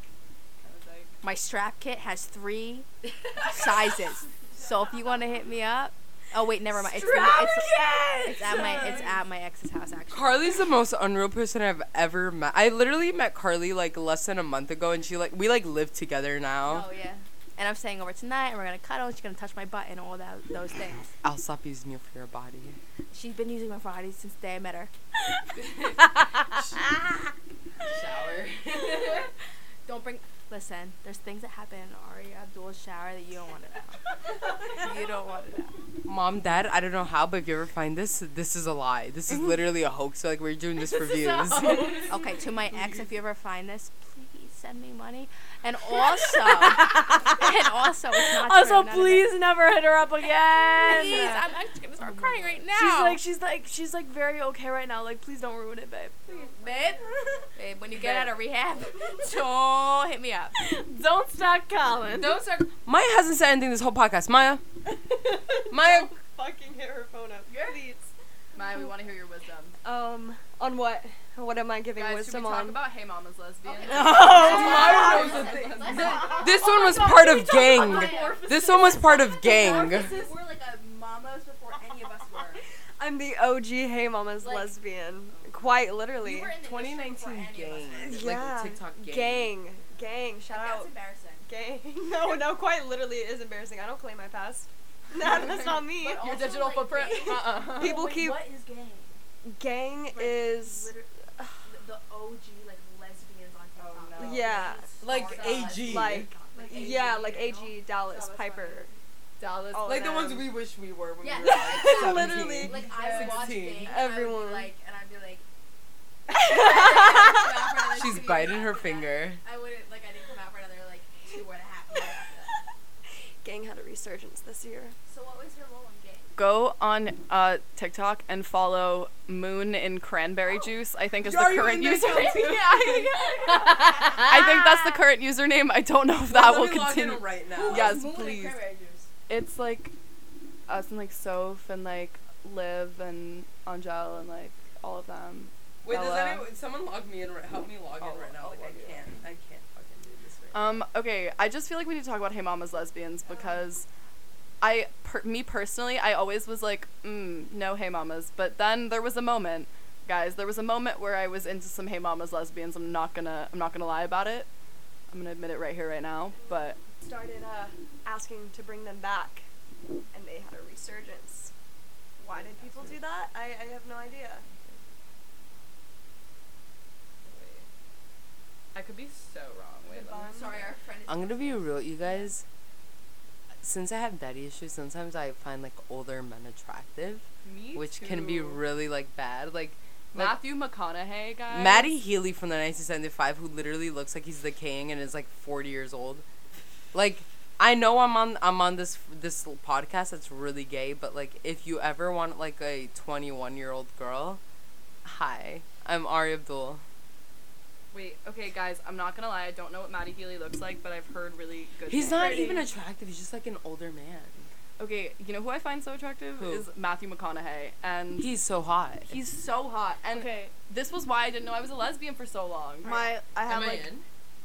Speaker 2: My strap kit has three sizes. So if you want to hit me up, oh wait, never mind. It's, it's, it's at my it's at my ex's house actually.
Speaker 4: Carly's the most unreal person I've ever met. I literally met Carly like less than a month ago, and she like we like live together now.
Speaker 2: Oh yeah. And I'm staying over tonight, and we're gonna cuddle. And she's gonna touch my butt and all that those things.
Speaker 4: I'll stop using you for your body.
Speaker 2: She's been using my body since the day I met her.
Speaker 5: Shower.
Speaker 2: Don't bring. Listen, there's things that happen in Ari Abdul's shower that you don't want to know. you don't want to know.
Speaker 4: Mom, Dad, I don't know how, but if you ever find this, this is a lie. This is literally a hoax. Like we're doing this for views.
Speaker 2: Okay, to my ex, if you ever find this, please send me money. And also, and also, it's not true,
Speaker 3: Also,
Speaker 2: none of it-
Speaker 3: please never hit her up again.
Speaker 2: Please, I'm actually gonna start crying right now.
Speaker 3: She's like, she's like, she's like very okay right now. Like, please don't ruin it, babe.
Speaker 2: babe, babe, when you get out of rehab, don't hit me up.
Speaker 3: Don't stop calling.
Speaker 2: Those are
Speaker 4: Maya hasn't said anything this whole podcast. Maya, Maya,
Speaker 6: Fucking hit her phone up, please.
Speaker 1: Maya, we want to hear your wisdom.
Speaker 6: Um, on what? What am I giving
Speaker 1: Guys, should we
Speaker 6: wisdom
Speaker 1: talk
Speaker 6: on?
Speaker 1: about Hey Mama's Lesbian?
Speaker 4: Maya knows the thing. Oh This one was part of gang. This one was part of gang.
Speaker 5: We're like a mamas before any of us were.
Speaker 6: I'm the OG Hey Mama's
Speaker 5: Like-
Speaker 6: lesbian. Quite literally.
Speaker 5: You were in the industry before any of us were.
Speaker 6: Yeah. gang. Gang. Shout
Speaker 5: That's
Speaker 6: out.
Speaker 5: embarrassing.
Speaker 6: Gang. No, no, quite literally it is embarrassing. I don't claim my past. No, that's not me.
Speaker 5: But
Speaker 1: Your
Speaker 5: also,
Speaker 1: digital
Speaker 5: like,
Speaker 1: footprint.
Speaker 5: being-
Speaker 1: Uh-uh.
Speaker 6: People
Speaker 5: Like,
Speaker 6: keep.
Speaker 5: What is gay?
Speaker 6: Gang is.
Speaker 5: Liter- the- the OG like lesbians on TikTok.
Speaker 1: no.
Speaker 6: Yeah.
Speaker 4: Like
Speaker 5: Stars.
Speaker 4: AG.
Speaker 6: Like-
Speaker 5: Like AG,
Speaker 6: Yeah, like
Speaker 5: you know?
Speaker 6: AG, Dallas,
Speaker 5: That was
Speaker 6: Piper.
Speaker 1: Dallas.
Speaker 6: all
Speaker 4: Like
Speaker 6: of
Speaker 4: the ones
Speaker 6: them.
Speaker 4: we wish we were
Speaker 5: Oh,
Speaker 4: when
Speaker 5: Yeah.
Speaker 4: we were like
Speaker 6: Literally.
Speaker 5: Like I watched
Speaker 4: 16.
Speaker 5: Bang,
Speaker 6: Everyone.
Speaker 5: And I would be like, and I'd be like.
Speaker 4: She's biting her finger.
Speaker 5: I wouldn't like. I didn't come out for another like two and a half years. after that.
Speaker 6: Gang had a resurgence this year.
Speaker 5: So what was your role in gay?
Speaker 1: Go on uh, TikTok and follow Moon in Cranberry Juice. I think is
Speaker 4: Are
Speaker 1: the
Speaker 4: you
Speaker 1: current
Speaker 4: in there
Speaker 1: user.
Speaker 4: now,
Speaker 1: I
Speaker 4: too?
Speaker 1: I think that's the current username. I don't know if that
Speaker 4: Let
Speaker 1: will
Speaker 4: me log in
Speaker 1: continue.
Speaker 4: right now.
Speaker 1: Yes,
Speaker 5: Moon and
Speaker 1: please.
Speaker 5: cranberry juice.
Speaker 1: It's like us and like Soph and like Liv and Angel and like all of them.
Speaker 4: Wait, does
Speaker 1: Hello.
Speaker 4: anyone, someone log me in right, help me log in right now. Like, I can't, I can't fucking do this right
Speaker 1: Um, okay, I just feel like we need to talk about Hey Mama's Lesbians because I, per- me personally, I always was like, mm, no Hey Mamas. But then there was a moment, guys, there was a moment where I was into some Hey Mamas Lesbians. I'm not gonna, I'm not gonna lie about it. I'm gonna admit it right here, right now. But
Speaker 6: started uh, asking to bring them back, and they had a resurgence. Why did people do that? I, I have no idea.
Speaker 1: I could be so wrong.
Speaker 5: Sorry, our friend is.
Speaker 4: I'm gonna be real, you guys. Since I have daddy issues, sometimes I find like older men attractive,
Speaker 1: Me
Speaker 4: which can be
Speaker 1: too.
Speaker 4: really like bad. Like, like
Speaker 1: Matthew McConaughey, guys.
Speaker 4: Maddie Healy from the 1975, who literally looks like he's the king and is like 40 years old. Like, I know I'm on I'm on this this podcast that's really gay, but like, if you ever want like a 21 year old girl, hi, I'm Ari Abdul.
Speaker 1: Wait, okay, guys, I'm not gonna lie. I don't know what Maddie Healy looks like, but I've heard really good.
Speaker 4: He's
Speaker 1: things.
Speaker 4: not even attractive. He's just like an older man.
Speaker 1: Okay, you know who I find so attractive
Speaker 4: Who?
Speaker 1: is Matthew McConaughey, and
Speaker 4: He's so hot.
Speaker 1: he's so hot. And
Speaker 3: Okay,
Speaker 1: this was why I didn't know I was a lesbian for so long.
Speaker 3: my I have
Speaker 1: Am I
Speaker 3: like
Speaker 1: in?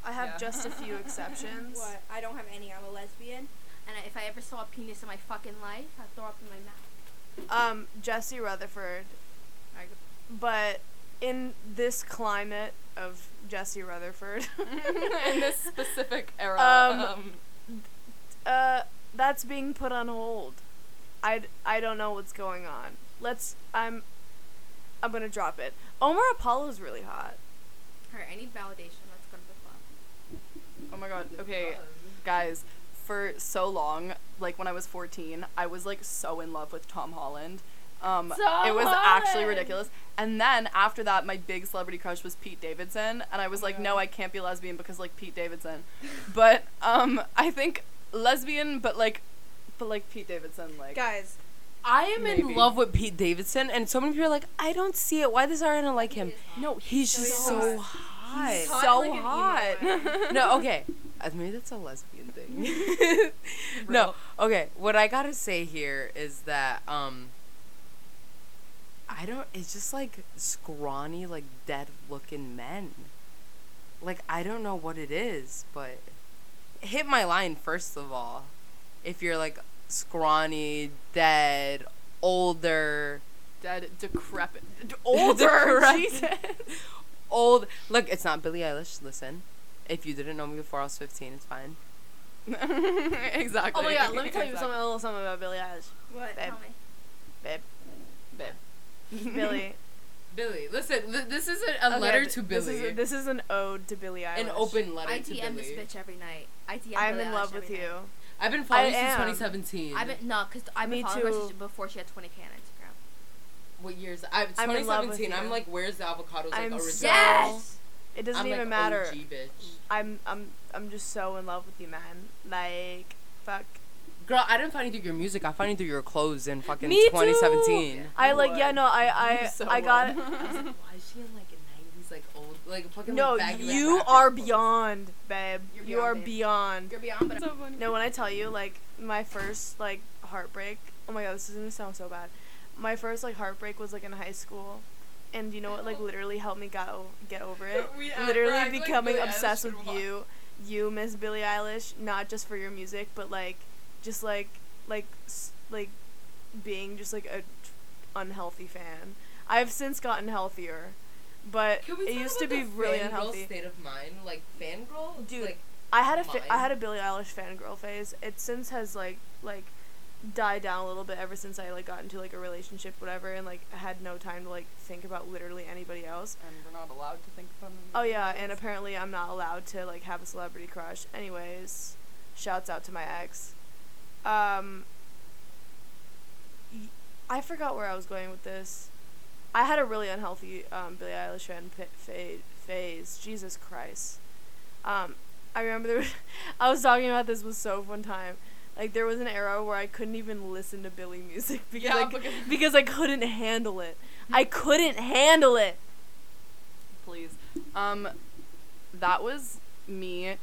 Speaker 3: I have
Speaker 1: Yeah.
Speaker 3: just a few exceptions.
Speaker 5: What?
Speaker 2: I don't have any. I'm a lesbian,
Speaker 5: And I- if I ever saw a penis in my fucking life, I'd throw up in my mouth.
Speaker 3: Um, Jesse Rutherford,
Speaker 5: I could-
Speaker 3: but in this climate of Jesse Rutherford,
Speaker 1: in this specific era.
Speaker 3: Um,
Speaker 1: um,
Speaker 3: uh, that's being put on hold. I I don't know what's going on. Let's I'm I'm gonna drop it. Omar Apollo's really hot.
Speaker 5: Alright, I need validation. Let's go to the club.
Speaker 1: oh my god. Okay, guys, for so long, like when I was 14, I was like so in love with Tom Holland. Um, it was actually ridiculous. And then after that, my big celebrity crush was Pete Davidson, and I
Speaker 3: Oh
Speaker 1: was like, no, I can't be lesbian because like Pete Davidson. but um, I think lesbian, but like, but like Pete Davidson, like.
Speaker 6: Guys,
Speaker 4: I am
Speaker 1: Maybe.
Speaker 4: in love with Pete Davidson, and so many people are like, I don't see it. Why does Ariana like him? No, he's just so hot.
Speaker 1: He's
Speaker 4: So-
Speaker 1: so
Speaker 5: hot, like an emo
Speaker 1: hot.
Speaker 4: no, okay. Uh, Maybe that's a lesbian thing. no, okay. What I gotta say here is that um, I don't. It's just like scrawny, like dead-looking men. Like I don't know what it is, but hit my line first of all. If you're like scrawny, dead, older,
Speaker 1: Dead, decrepit, d- older.
Speaker 4: Decrepit.
Speaker 1: Jesus.
Speaker 4: old. Look, it's not Billie Eilish. Listen, if you didn't know me before I was 15, it's fine.
Speaker 1: exactly.
Speaker 3: Oh my god, let me tell you
Speaker 1: Exactly.
Speaker 3: something, a little something about Billie Eilish.
Speaker 5: What?
Speaker 3: Babe.
Speaker 5: Tell me.
Speaker 3: Billie.
Speaker 4: Billy, listen. Li- this isn't a
Speaker 3: Okay,
Speaker 4: letter
Speaker 3: th-
Speaker 4: to
Speaker 3: this
Speaker 4: Billy.
Speaker 3: is, this is an ode to Billie Eilish.
Speaker 4: an open letter
Speaker 5: I
Speaker 4: to
Speaker 5: DM this
Speaker 4: Billy.
Speaker 5: bitch every night. I DM
Speaker 3: I'm
Speaker 5: Billie
Speaker 3: in
Speaker 5: Eilish
Speaker 3: love with
Speaker 5: every
Speaker 3: you.
Speaker 5: night.
Speaker 4: I've been following
Speaker 3: I
Speaker 4: you
Speaker 3: am.
Speaker 4: since 2017.
Speaker 5: I've been no, cause I've
Speaker 3: Me
Speaker 5: been following her
Speaker 3: too.
Speaker 5: since before she had 20k on Instagram.
Speaker 4: what years? I
Speaker 3: I'm in love with
Speaker 4: 2017. I'm
Speaker 3: you.
Speaker 4: like, where's the avocados? Like
Speaker 3: I'm
Speaker 4: original.
Speaker 3: So-
Speaker 5: Yes.
Speaker 3: It doesn't
Speaker 4: I'm
Speaker 3: even
Speaker 4: like,
Speaker 3: matter.
Speaker 4: OG bitch.
Speaker 3: I'm I'm I'm just so in love with you, man. Like fuck.
Speaker 4: Girl, I didn't find you through your music. I found you through your clothes in fucking
Speaker 6: Me too.
Speaker 4: 2017.
Speaker 3: I like yeah
Speaker 1: would.
Speaker 3: no I I
Speaker 1: So
Speaker 3: I got
Speaker 1: would.
Speaker 4: I was like, why is she in like a 90s like old like fucking
Speaker 3: no
Speaker 4: like, baggy, like,
Speaker 3: you
Speaker 4: rapper
Speaker 3: are
Speaker 4: clothes?
Speaker 3: beyond babe.
Speaker 5: You're
Speaker 3: You are
Speaker 5: beyond, babe.
Speaker 3: beyond.
Speaker 5: You're beyond, but
Speaker 1: So funny.
Speaker 3: No, when I tell you like my first like heartbreak. Oh my god, this is gonna sound so bad. My first like heartbreak was like in high school, and you know what like literally helped me got o- get over it.
Speaker 4: We
Speaker 3: literally
Speaker 4: act like
Speaker 3: becoming
Speaker 4: Billie Eilish
Speaker 3: obsessed with
Speaker 4: would want-
Speaker 3: you, you Miss Billie Eilish, not just for your music, but like, just like, like, s- like, being just like a t- unhealthy fan. I've since gotten healthier, but
Speaker 4: Can we
Speaker 3: it
Speaker 4: talk
Speaker 3: used to
Speaker 4: about
Speaker 3: be
Speaker 4: the
Speaker 3: really
Speaker 4: fangirl
Speaker 3: unhealthy.
Speaker 4: state of mind, like fangirl,
Speaker 3: Dude,
Speaker 4: Like,
Speaker 3: I had a fa- I
Speaker 4: Mine.
Speaker 3: had a Billie Eilish fangirl phase. It since has like like died down a little bit ever since I like got into like a relationship whatever and like had no time to like think about literally anybody else.
Speaker 1: And we're not allowed to think about them.
Speaker 3: Oh yeah, and apparently I'm not allowed to like have a celebrity crush. Anyways, shouts out to my ex. Um y- I forgot where I was going with this. I had a really unhealthy um, Billie Eilish fan pa- fa- phase. Jesus Christ. Um, I remember there was, I was talking about this with Soph one time. Like there was an era where I couldn't even listen to Billy music because,
Speaker 1: Yeah,
Speaker 3: I, c-
Speaker 1: because-
Speaker 3: because I couldn't handle it. I couldn't handle it.
Speaker 1: please. Um, that was me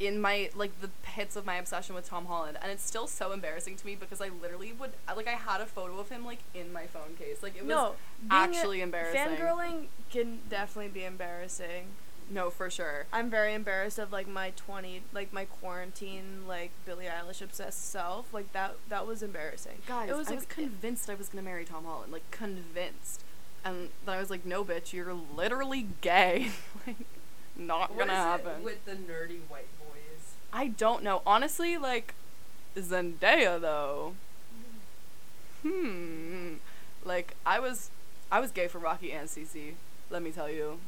Speaker 1: in my like the pits of my obsession with Tom Holland, and it's still so embarrassing to me because I literally would I- like I had a photo of him like in my phone case, like it was
Speaker 3: no, being a-
Speaker 1: actually embarrassing.
Speaker 3: Fangirling can definitely be embarrassing.
Speaker 1: No, for sure.
Speaker 3: I'm very embarrassed of like my 20, like my quarantine, like Billie Eilish obsessed self. Like that, that was embarrassing.
Speaker 1: Guys,
Speaker 3: it was
Speaker 1: I
Speaker 3: like
Speaker 1: was convinced I was gonna marry Tom Holland, like convinced, and then I was like, no, bitch, you're literally gay, like not
Speaker 4: what
Speaker 1: gonna
Speaker 4: is it
Speaker 1: happen.
Speaker 4: with the nerdy white boys?
Speaker 1: I don't know. Honestly, like Zendaya though. Hmm. Like I was I was gay for Rocky and CC, let me tell you.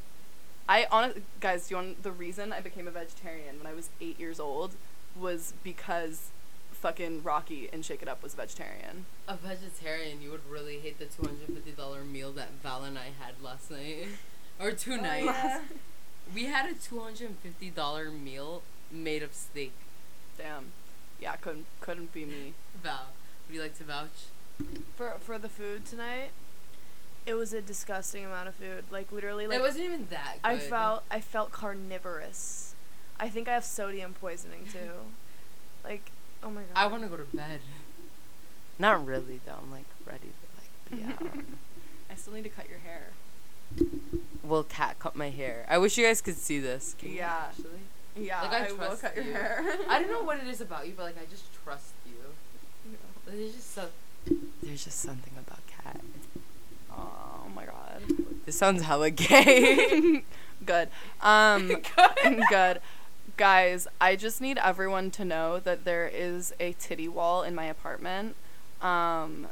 Speaker 1: I honest guys, do you want the reason I became a vegetarian when I was 8 years old was because fucking Rocky and Shake It Up was vegetarian.
Speaker 4: A vegetarian, you would really hate the two hundred fifty dollar meal that Val and I had last night, or two nights. We had a two hundred fifty dollar meal made of steak.
Speaker 1: Damn. Yeah, couldn't couldn't be me.
Speaker 4: Val, would you like to vouch?
Speaker 3: for for the food tonight. It was a disgusting amount of food. Like literally, like
Speaker 4: it wasn't even that. Good.
Speaker 3: I felt, I felt carnivorous. I think I have sodium poisoning too. like, oh my god.
Speaker 4: I want to go to bed. Not really though. I'm like ready to like be out.
Speaker 1: I still need to cut your hair.
Speaker 4: Will cat cut my hair? I wish you guys could see this. Can you
Speaker 1: Yeah.
Speaker 4: actually?
Speaker 1: Yeah,
Speaker 4: Like, I
Speaker 1: I, will
Speaker 4: trust
Speaker 1: cut your
Speaker 4: you.
Speaker 1: hair.
Speaker 4: I don't know what it is about you, but like I just trust you. There's just so. There's just something about cat.
Speaker 1: Oh my god.
Speaker 4: This sounds hella gay.
Speaker 1: Good. Um, good. Guys, I just need everyone to know that there is a titty wall in my apartment. Um,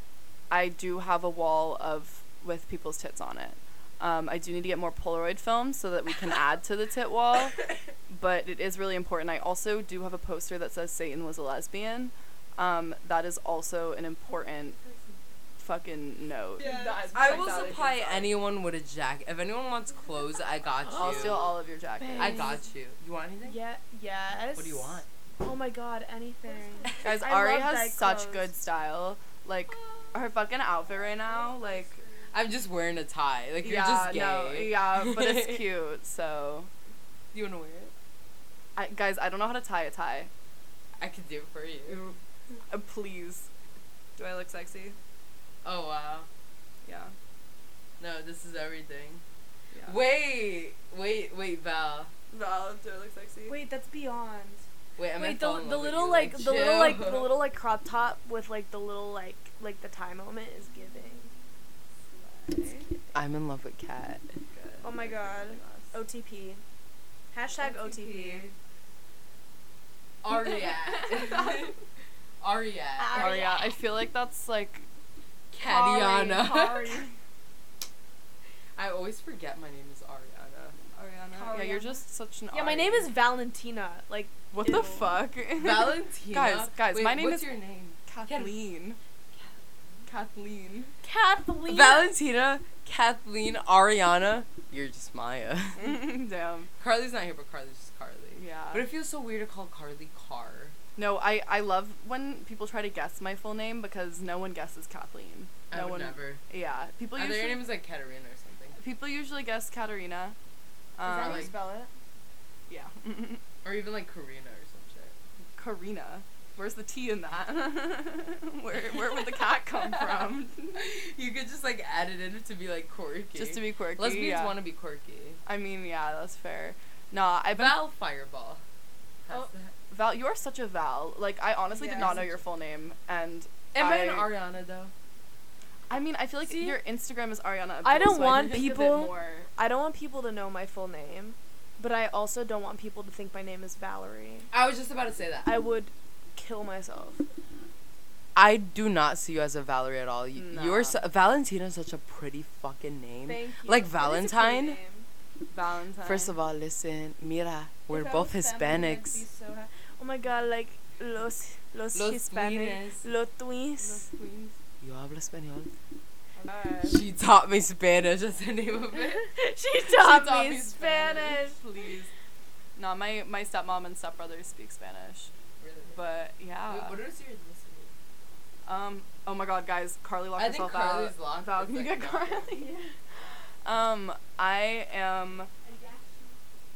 Speaker 1: I do have a wall of with people's tits on it. Um, I do need to get more Polaroid films so that we can add to the tit wall, but it is really important. I also do have a poster that says Satan was a lesbian. Um, that is also an important fucking note.
Speaker 4: I will supply anyone with a jacket. If anyone wants clothes, I got you.
Speaker 1: I'll steal all of your jackets.
Speaker 4: I got you. You want anything?
Speaker 3: Yeah. Yes.
Speaker 4: What do you want?
Speaker 3: Oh my god. Anything.
Speaker 1: Guys,
Speaker 3: I
Speaker 1: Ari
Speaker 3: love
Speaker 1: has
Speaker 3: dyed
Speaker 1: such
Speaker 3: clothes.
Speaker 1: good style. Like her fucking outfit right now, like
Speaker 4: I'm just wearing a tie. Like you're
Speaker 1: yeah,
Speaker 4: just gay.
Speaker 1: no, yeah, but it's cute. So,
Speaker 4: Do you wanna wear it?
Speaker 1: I, guys, I don't know how to tie a tie.
Speaker 4: I could do it for you.
Speaker 1: Uh, please,
Speaker 3: Do I look sexy?
Speaker 4: Oh wow.
Speaker 1: yeah.
Speaker 4: No, this is everything.
Speaker 1: Yeah.
Speaker 4: Wait, wait, wait, Val.
Speaker 1: Val, do I look sexy?
Speaker 3: Wait, that's beyond.
Speaker 4: Wait, I'm
Speaker 3: Wait, the, the little like the little like the little like crop top with like the little like like the time element is giving.
Speaker 4: I'm in love with Kat.
Speaker 3: Oh my god. OTP. Hashtag OTP.
Speaker 5: Aria. Aria.
Speaker 1: Oh yeah, I feel like that's like
Speaker 4: Katiana. I always forget my name is Ariana.
Speaker 1: Ariana. Yeah, you're just such an.
Speaker 3: Yeah, my
Speaker 1: Ari.
Speaker 3: name is Valentina. Like
Speaker 1: What
Speaker 3: Ew.
Speaker 1: the fuck?
Speaker 4: Valentina.
Speaker 1: Guys, guys,
Speaker 4: Wait,
Speaker 1: my name
Speaker 4: what's
Speaker 1: is-
Speaker 4: your name?
Speaker 1: Kathleen. Kathleen.
Speaker 3: Kathleen.
Speaker 4: Valentina, Kathleen, Ariana. You're just Maya.
Speaker 1: Damn.
Speaker 4: Carly's not here, but Carly's just Carly.
Speaker 1: Yeah.
Speaker 4: But it feels so weird to call Carly Car.
Speaker 1: No, I I love when people try to guess my full name because no one guesses Kathleen.
Speaker 4: I
Speaker 1: No
Speaker 4: would
Speaker 1: one.
Speaker 4: never.
Speaker 1: Yeah. People
Speaker 4: Either your
Speaker 1: usually
Speaker 4: name is like Katerina or something.
Speaker 1: people usually guess Katerina. Um,
Speaker 4: how you
Speaker 3: spell it?
Speaker 1: yeah.
Speaker 4: Or even like Karina or some shit.
Speaker 1: Karina. Where's the T in that? where where would the cat come from?
Speaker 4: You could just like add it in to be like quirky.
Speaker 1: Just to be quirky.
Speaker 4: Lesbians
Speaker 1: yeah.
Speaker 4: want to be quirky.
Speaker 1: I mean, yeah, that's fair. Nah, I've been
Speaker 4: Val Fireball. Has
Speaker 1: Oh.
Speaker 4: that.
Speaker 1: Val. You're such a Val. Like I honestly
Speaker 5: Yeah.
Speaker 1: did not know your full name, and
Speaker 4: Am I,
Speaker 1: I-
Speaker 4: an Ariana though?
Speaker 1: I mean, I feel like your Instagram is Ariana.
Speaker 3: I
Speaker 1: Abdul,
Speaker 3: don't
Speaker 1: so
Speaker 3: want
Speaker 1: think of it
Speaker 3: people-
Speaker 1: more.
Speaker 3: I don't want people to know my full name, but I also don't want people to think my name is Valerie.
Speaker 4: I was just about to say that.
Speaker 3: I would kill myself.
Speaker 4: I do not see you as a Valerie at all. Y-
Speaker 1: Nah.
Speaker 4: You're su- Valentina's such a pretty fucking name.
Speaker 3: Thank you.
Speaker 4: Like Valentine.
Speaker 1: Valentine.
Speaker 4: First of all, listen, mira, we're both Hispanics.
Speaker 3: Oh my god, like los los, Hispanic, los twins.
Speaker 4: You habla español. She taught me Spanish. That's the name of it.
Speaker 3: she
Speaker 1: She
Speaker 3: taught
Speaker 1: taught
Speaker 3: me Spanish.
Speaker 1: Please. No, my my stepmom and stepbrother speak Spanish, but uh, yeah.
Speaker 4: is your
Speaker 1: Um. Oh my God, guys, Carly locked herself out.
Speaker 4: locked.
Speaker 1: Val, can you get Carly? Um, I am.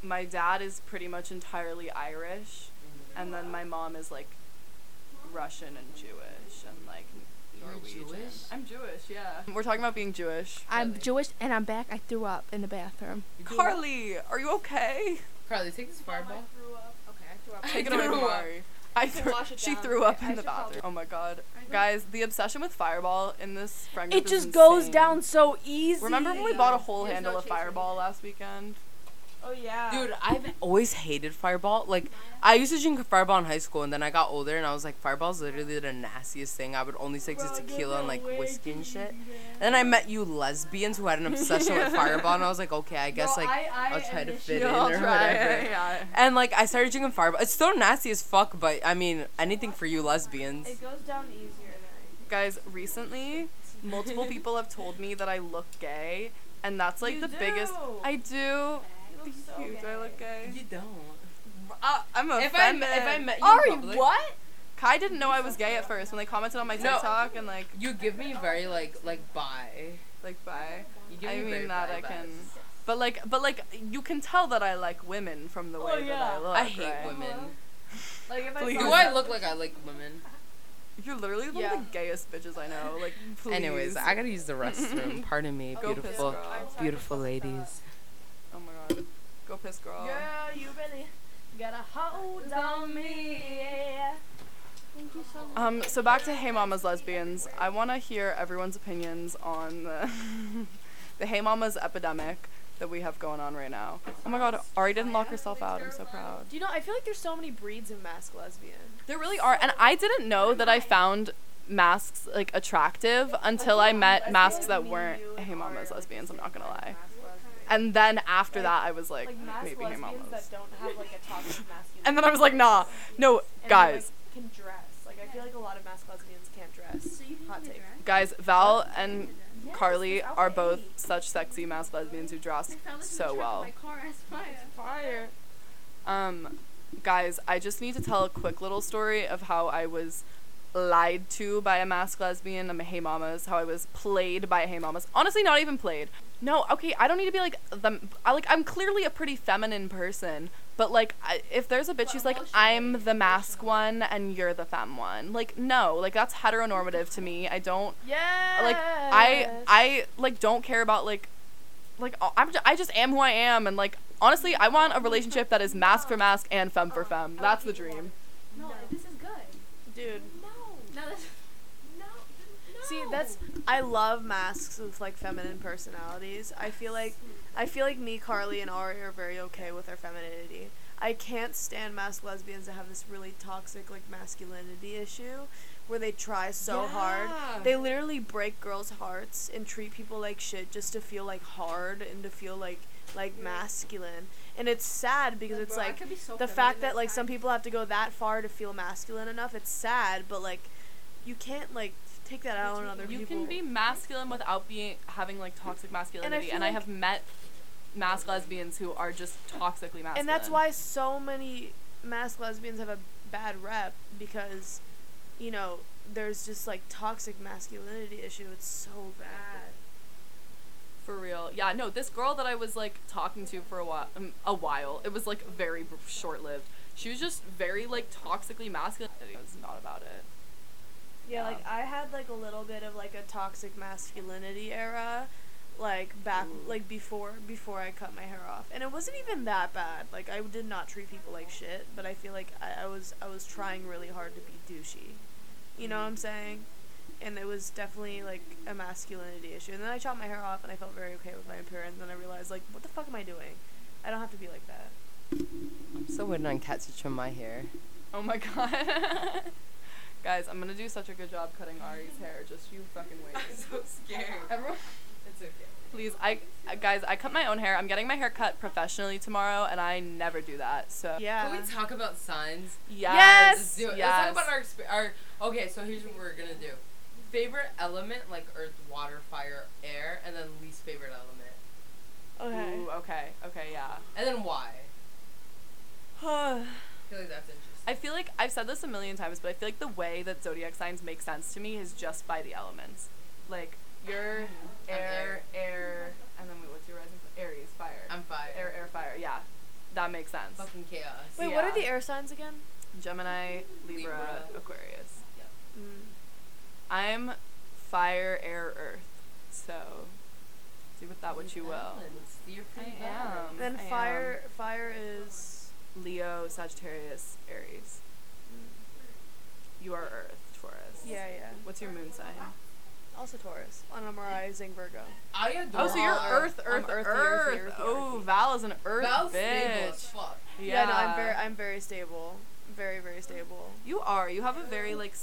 Speaker 1: My dad is pretty much entirely Irish, and then my mom is like Russian and Jewish and like
Speaker 4: You're
Speaker 1: Norwegian.
Speaker 4: Jewish?
Speaker 1: I'm Jewish, yeah. We're talking about being Jewish.
Speaker 2: I'm
Speaker 4: Really?
Speaker 2: Jewish and I'm back. I threw up in the bathroom.
Speaker 1: Carly, are you okay?
Speaker 4: Carly, take this fireball.
Speaker 1: Take it away from
Speaker 4: threw up.
Speaker 1: Mari. I threw,
Speaker 6: wash it
Speaker 1: she
Speaker 6: down.
Speaker 1: threw up
Speaker 6: I-
Speaker 1: in
Speaker 6: I
Speaker 1: the
Speaker 6: should probably-
Speaker 1: bathroom. Oh my god. Guys, the obsession with Fireball in this friend group
Speaker 3: It
Speaker 1: is
Speaker 3: just goes
Speaker 1: insane.
Speaker 3: down so easy.
Speaker 1: Remember when we bought a whole
Speaker 6: There's no
Speaker 1: handle of
Speaker 6: chasing
Speaker 1: Fireball last weekend?
Speaker 3: Oh yeah.
Speaker 4: Dude, I've always hated Fireball. Like, I used to drink Fireball in high school, and then I got older, and I was like, Fireball's literally the nastiest thing. I would only stick to tequila and like whiskey and shit. And then I met you lesbians who had an obsession with Fireball, and I was like, okay, I guess like I will try to fit in
Speaker 1: I'll
Speaker 4: or
Speaker 1: try it,
Speaker 4: whatever.
Speaker 1: yeah.
Speaker 4: And like, I started drinking Fireball. It's still nasty as fuck, but I mean, anything for you lesbians.
Speaker 3: goes down easier.
Speaker 1: Guys, recently, multiple people have told me that I look gay, and that's like
Speaker 3: You
Speaker 1: the biggest.
Speaker 3: do.
Speaker 1: I do.
Speaker 3: look so
Speaker 1: Thank you. Do I look gay?
Speaker 4: You don't.
Speaker 1: Uh, I'm
Speaker 4: If I
Speaker 1: offended.
Speaker 4: met, if I met you, in
Speaker 3: Ari,
Speaker 4: public,
Speaker 3: what?
Speaker 1: Kai didn't know I was gay at first when they commented on my
Speaker 4: No.
Speaker 1: TikTok and like,
Speaker 4: you give me very like like bi.
Speaker 1: like bye.
Speaker 4: You give
Speaker 1: I
Speaker 4: me
Speaker 1: mean
Speaker 4: very
Speaker 1: that
Speaker 4: bi
Speaker 1: I can.
Speaker 4: vibes.
Speaker 1: But like, but like, you can tell that I like women from the way that I look.
Speaker 4: Oh, I hate
Speaker 1: right?
Speaker 4: women.
Speaker 3: Like if
Speaker 1: Please.
Speaker 4: Do I look like I like women?
Speaker 1: You're literally one
Speaker 3: Yeah.
Speaker 1: of the gayest bitches I know. Like, please.
Speaker 4: Anyways, I gotta use the restroom. Pardon me,
Speaker 1: Go piss,
Speaker 4: beautiful,
Speaker 1: girl.
Speaker 4: beautiful ladies.
Speaker 1: Oh my god. Go piss, girl.
Speaker 3: you really got a hold on me. Yeah.
Speaker 1: Um, so back to Hey Mama's Lesbians. I want to hear everyone's opinions on the, the Hey Mama's epidemic that we have going on right now. Oh my god, Ari didn't lock herself out. I'm so proud.
Speaker 3: Do you know? I feel like there's so many breeds of mask lesbian.
Speaker 1: There really are. And I didn't know that I found masks like attractive until I met masks that weren't Hey Mama's Lesbians, I'm not going to lie. And then after that, I was like,
Speaker 3: Like mask
Speaker 1: maybe Hey
Speaker 3: lesbians
Speaker 1: Mama's.
Speaker 3: that don't have like a toxic masculine.
Speaker 1: And then I was like, nah, no,
Speaker 3: and they,
Speaker 1: guys,
Speaker 3: like, can dress. Like I feel like a lot of mask lesbians can't dress. Hot take.
Speaker 1: guys, Val and Carly
Speaker 3: it's out
Speaker 1: are
Speaker 3: the
Speaker 1: both
Speaker 3: eight.
Speaker 1: such sexy mask lesbians who dress so well.
Speaker 3: Fire.
Speaker 1: Um, guys, I just need to tell a quick little story of how I was lied to by a mask lesbian. I'm a Hey Mamas. How I was played by a Hey Mamas. Honestly, not even played. No, okay, I don't need to be like them. I like I'm clearly a pretty feminine person, but like I, if there's a bitch who's like I'm the mask one and you're the femme one, like no, like that's heteronormative to me. I don't
Speaker 3: Yeah.
Speaker 1: like I I like don't care about like like uh, I'm ju- I just am who I am, and like honestly, I want a relationship that is mask for mask and femme for femme. That's the dream.
Speaker 5: No, this is good.
Speaker 3: Dude.
Speaker 5: No, this, no, no.
Speaker 3: See, that's I love masks with like feminine personalities. I feel like I feel like me, Carly, and Ari are very okay with their femininity. I can't stand masked lesbians that have this really toxic like masculinity issue where they try so hard. They literally break girls' hearts and treat people like shit just to feel like hard and to feel like like masculine. And it's sad because it's
Speaker 5: Bro, I
Speaker 3: like
Speaker 5: could be so
Speaker 3: the
Speaker 5: feminine
Speaker 3: fact that
Speaker 5: this
Speaker 3: like some
Speaker 5: time.
Speaker 3: people have to go that far to feel masculine enough it's sad but like you can't like take that out on other
Speaker 1: You
Speaker 3: people
Speaker 1: can be masculine without being having like toxic masculinity, and I,
Speaker 3: feel like-
Speaker 1: have met mask lesbians who are just toxically masculine.
Speaker 3: and that's why so many mask lesbians have a bad rep because you know there's just like toxic masculinity issue it's so bad
Speaker 1: For real. Yeah, no, this girl that I was like talking to for a while, um, a while, it was like very short lived. She was just very like toxically masculine. It was not about it.
Speaker 3: Yeah,
Speaker 4: Um,
Speaker 3: like I had like a little bit of like a toxic masculinity era, like back like before before I cut my hair off, and it wasn't even that bad. Like I did not treat people like shit, but I feel like I, I was I was trying really hard to be douchey, you know what
Speaker 4: Mm.
Speaker 3: I'm saying? And it was definitely like a masculinity issue. And then I chopped my hair off, and I felt very okay with my appearance. And then I realized like, what the fuck am I doing? I don't have to be like that.
Speaker 4: I'm still waiting on Kat to trim my hair.
Speaker 1: Oh my god. Guys, I'm gonna do such a good job cutting Ari's hair. Just you fucking wait.
Speaker 5: so scared.
Speaker 1: Everyone,
Speaker 5: It's okay.
Speaker 1: please. I uh, guys, I cut my own hair. I'm getting my hair cut professionally tomorrow, and I never do that. So
Speaker 3: Yeah.
Speaker 4: Uh, Can we talk about signs?
Speaker 1: Yes.
Speaker 4: Let's do it.
Speaker 1: Yes.
Speaker 4: Let's talk about our, exp- our. Okay, so here's what we're gonna do: favorite element like earth, water, fire, air, and then least favorite element,
Speaker 3: okay.
Speaker 1: Ooh, okay. Okay. Yeah.
Speaker 4: and then why. I feel like that's interesting.
Speaker 1: I feel like I've said this a million times, but I feel like the way that zodiac signs make sense to me is just by the elements. Like your air, air, and then wait, what's your rising? sign? Aries, fire.
Speaker 4: I'm fire.
Speaker 1: air, air, fire. Yeah, that makes sense.
Speaker 4: Fucking chaos.
Speaker 3: Wait, what are
Speaker 1: Yeah.
Speaker 3: the air signs again?
Speaker 1: Gemini, Libra,
Speaker 4: Libra.
Speaker 1: Aquarius.
Speaker 3: Mm.
Speaker 1: I'm fire, air, earth. So do with that what you will.
Speaker 4: Balance. You're pretty
Speaker 1: I
Speaker 4: balanced.
Speaker 1: am.
Speaker 3: Then
Speaker 1: I am
Speaker 3: fire fire is
Speaker 1: Leo, Sagittarius, Aries. You are earth, Taurus.
Speaker 3: Yeah, yeah.
Speaker 1: What's your moon sign?
Speaker 3: Also Taurus. And I'm rising Virgo.
Speaker 4: I adore.
Speaker 1: Oh, so you're Earth,
Speaker 3: I'm
Speaker 1: Earth,
Speaker 3: earthy,
Speaker 1: Earth.
Speaker 3: earthy, earthy,
Speaker 1: Oh,
Speaker 3: earthy.
Speaker 1: Val is an Earth
Speaker 4: Val's stable
Speaker 1: bitch.
Speaker 4: as fuck.
Speaker 1: Yeah.
Speaker 3: no, I'm very I'm very stable. Very, very stable.
Speaker 1: You are. You have a very like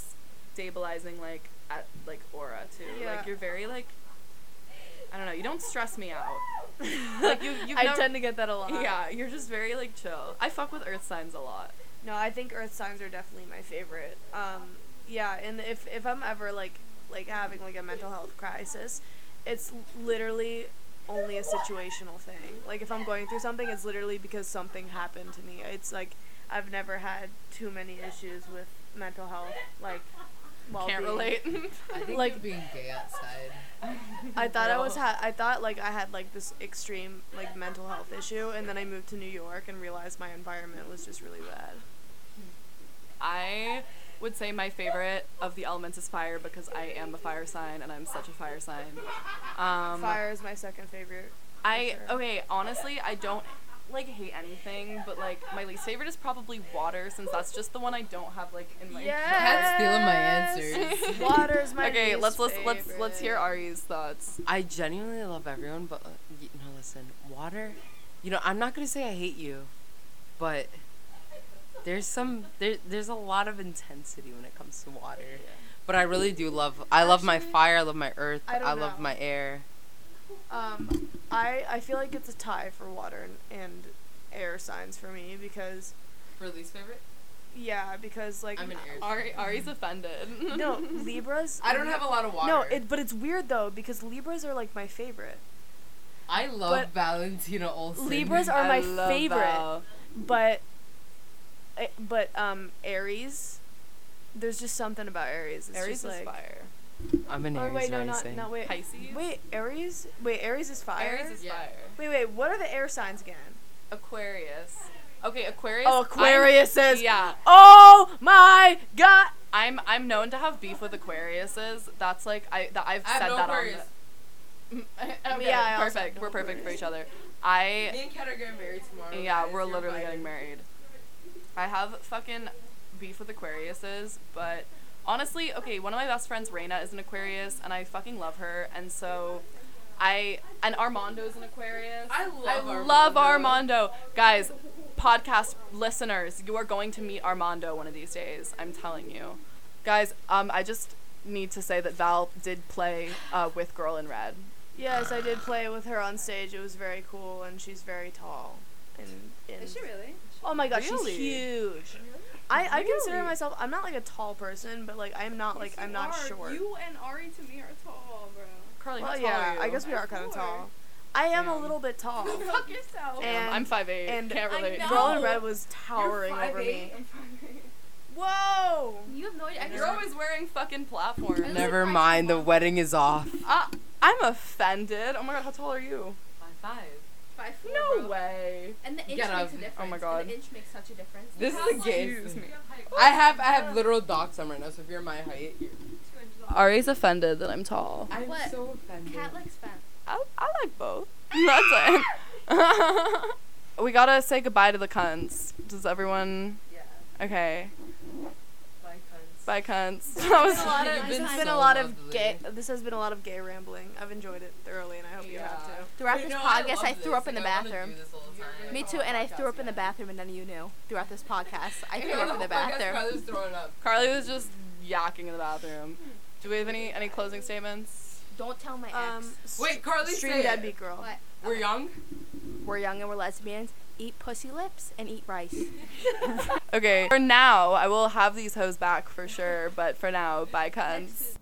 Speaker 1: stabilizing like at, like aura too.
Speaker 3: Yeah.
Speaker 1: Like you're very like. I don't know. You don't stress me out. Like, you- you've
Speaker 3: I
Speaker 1: never-
Speaker 3: tend to get that a lot.
Speaker 1: Yeah, you're just very like chill. I fuck with Earth signs a lot.
Speaker 3: No, I think earth signs are definitely my favorite. Um yeah, and if if I'm ever like like having like a mental health crisis, it's literally only a situational thing. Like if I'm going through something, it's literally because something happened to me. It's like I've never had too many issues with mental health like well
Speaker 1: Can't relate.
Speaker 4: I think
Speaker 3: Like-
Speaker 4: like being gay outside.
Speaker 3: I thought I was
Speaker 1: Girl.
Speaker 3: ha- I thought like I had like this extreme like mental health issue and then I moved to New York and realized my environment was just really bad.
Speaker 1: I would say my favorite of the elements is fire because I am a fire sign and I'm such a fire sign. Um,
Speaker 3: Fire is my second favorite.
Speaker 1: I
Speaker 3: sure.
Speaker 1: okay, honestly, I don't like hate anything, but like my least favorite is probably water since that's just the one I don't have like in my
Speaker 4: Cat's stealing my answers.
Speaker 3: Water is my
Speaker 1: Okay,
Speaker 3: least
Speaker 1: let's let's let's let's hear
Speaker 3: favorite.
Speaker 1: Ari's thoughts.
Speaker 4: I genuinely love everyone, but uh, you know, listen, water. You know, I'm not gonna say I hate you, but there's some there there's a lot of intensity when it comes to water. But I really do love. I love my
Speaker 3: Actually,
Speaker 4: fire. I love my earth.
Speaker 3: I
Speaker 4: I,
Speaker 3: don't
Speaker 4: love
Speaker 3: know.
Speaker 4: my air.
Speaker 3: Um, I I feel like it's a tie for water and, and air signs for me because
Speaker 4: For least favorite,
Speaker 3: yeah because like
Speaker 1: Ari Ari's offended.
Speaker 3: no Libras.
Speaker 4: I don't have a lot of water.
Speaker 3: No, it but it's weird though because Libras are like my favorite.
Speaker 4: I love
Speaker 3: but-
Speaker 4: Valentina Olsen.
Speaker 3: Libras are
Speaker 1: I
Speaker 3: my
Speaker 1: love
Speaker 3: favorite.
Speaker 1: Val.
Speaker 3: but I- but um Aries there's just something about Aries. It's
Speaker 1: Aries
Speaker 3: just like,
Speaker 1: is fire.
Speaker 4: I'm an
Speaker 3: Or
Speaker 4: Aries
Speaker 3: Oh, wait, no, not,
Speaker 4: rising.
Speaker 3: not wait.
Speaker 1: Pisces.
Speaker 3: Wait, Aries? Wait, Aries is fire?
Speaker 1: Aries is
Speaker 4: Yeah.
Speaker 1: fire.
Speaker 3: wait, wait, what are the air signs again?
Speaker 1: Aquarius. Okay, Aquarius.
Speaker 3: Oh,
Speaker 1: I'm-
Speaker 3: Aquarius is
Speaker 1: yeah.
Speaker 3: Oh my god.
Speaker 1: I'm I'm known to have beef with Aquariuses. That's like I that I've
Speaker 4: I have
Speaker 1: said
Speaker 4: no
Speaker 1: that
Speaker 4: Aquarius.
Speaker 1: on.
Speaker 5: okay.
Speaker 1: Yeah,
Speaker 2: I also
Speaker 1: perfect.
Speaker 2: don't
Speaker 1: We're perfect for
Speaker 2: worry.
Speaker 1: each other.
Speaker 5: Me
Speaker 1: I
Speaker 5: and Kat are getting married tomorrow.
Speaker 1: yeah,
Speaker 5: guys.
Speaker 1: we're
Speaker 5: You're
Speaker 1: literally
Speaker 5: invited.
Speaker 1: getting married. I have fucking beef with Aquariuses, but honestly, okay, one of my best friends, Raina, is an Aquarius, and I fucking love her, and so. I and Armando's an Aquarius.
Speaker 5: I love
Speaker 1: I
Speaker 5: Armando.
Speaker 1: love Armando. Guys, podcast listeners, you are going to meet Armando one of these days. I'm telling you. Guys, um, I just need to say that Val did play uh, with Girl in Red.
Speaker 3: Yes, I did play with her on stage. It was very cool, and she's very tall. And, and
Speaker 5: Is she really?
Speaker 3: Oh my gosh,
Speaker 1: Really?
Speaker 3: she's huge. I, I consider myself. I'm not like a tall person, but like I'm not like
Speaker 5: Yes,
Speaker 3: I'm
Speaker 5: you
Speaker 3: not
Speaker 5: are.
Speaker 3: short.
Speaker 5: You and Ari to me are tall, bro.
Speaker 1: Carly, how
Speaker 3: well,
Speaker 1: tall
Speaker 3: yeah,
Speaker 1: are you?
Speaker 3: I guess we
Speaker 5: I'm
Speaker 3: are kind of
Speaker 5: four.
Speaker 3: tall. I am a
Speaker 1: Damn.
Speaker 3: little bit tall.
Speaker 5: Fuck yourself.
Speaker 3: And-
Speaker 1: I'm 5'8".
Speaker 3: and
Speaker 1: Can't
Speaker 5: I
Speaker 1: relate.
Speaker 5: know.
Speaker 3: Girl in red was towering
Speaker 5: You're
Speaker 3: over
Speaker 5: 5'8"
Speaker 3: me.
Speaker 5: and 5'8".
Speaker 3: Whoa!
Speaker 5: You have no idea. I
Speaker 1: You're
Speaker 5: just-
Speaker 1: always wearing fucking platforms.
Speaker 5: I
Speaker 4: Never
Speaker 5: surprised
Speaker 4: mind,
Speaker 5: you
Speaker 4: the
Speaker 5: won't.
Speaker 4: wedding is off.
Speaker 1: Uh, I'm offended. Oh my god, how tall are you? Oh Five five.
Speaker 5: Five four,
Speaker 1: No
Speaker 5: bro.
Speaker 1: way.
Speaker 5: And the inch
Speaker 4: Get
Speaker 5: makes
Speaker 4: up.
Speaker 5: a difference.
Speaker 1: Oh my
Speaker 5: and
Speaker 1: God.
Speaker 5: The inch makes such a difference.
Speaker 4: This
Speaker 5: You
Speaker 4: is
Speaker 5: have,
Speaker 4: a
Speaker 5: like,
Speaker 4: game.
Speaker 5: you
Speaker 4: Excuse me.
Speaker 5: have height-
Speaker 4: I have I have literal docs on right now, so if you're my height, you're
Speaker 5: two inches off.
Speaker 1: Ari's offended that I'm tall.
Speaker 4: I'm
Speaker 5: What?
Speaker 4: so offended.
Speaker 5: Cat likes fat.
Speaker 1: I, I like both. That's it. we gotta say goodbye to the cunts. Does everyone?
Speaker 5: Yeah.
Speaker 1: Okay.
Speaker 5: Bye, cunts.
Speaker 1: Bye, cunts. That
Speaker 3: This has
Speaker 1: was.
Speaker 5: lot of-
Speaker 3: been
Speaker 5: this has
Speaker 3: been
Speaker 4: so
Speaker 3: a lot of
Speaker 4: lovely.
Speaker 3: gay. This has been a lot of gay rambling. I've enjoyed it thoroughly, and I hope you have
Speaker 4: Yeah.
Speaker 3: too.
Speaker 2: Throughout
Speaker 4: Wait,
Speaker 2: this
Speaker 4: no,
Speaker 2: podcast,
Speaker 4: love
Speaker 2: I, threw
Speaker 4: this.
Speaker 2: up in the
Speaker 4: Like, I wanna
Speaker 2: bathroom.
Speaker 4: do this Oh, all the time.
Speaker 2: Me
Speaker 4: Like,
Speaker 2: too, and I threw up in the bathroom, and none of you knew. Throughout this podcast, I
Speaker 4: hey,
Speaker 2: threw up
Speaker 4: the
Speaker 2: in the
Speaker 4: whole podcast,
Speaker 2: bathroom.
Speaker 4: Kyler's throwing up.
Speaker 1: Carly was just yakking in the bathroom. Do we have any any closing statements?
Speaker 2: Don't tell my
Speaker 3: Um,
Speaker 2: ex.
Speaker 4: Wait, Carly, say
Speaker 3: stream
Speaker 4: it.
Speaker 3: deadbeat girl.
Speaker 2: What?
Speaker 4: We're young.
Speaker 2: We're young and we're lesbians. Eat pussy lips and eat rice.
Speaker 1: Okay. For now, I will have these hoes back for sure. But for now, bye, cunts.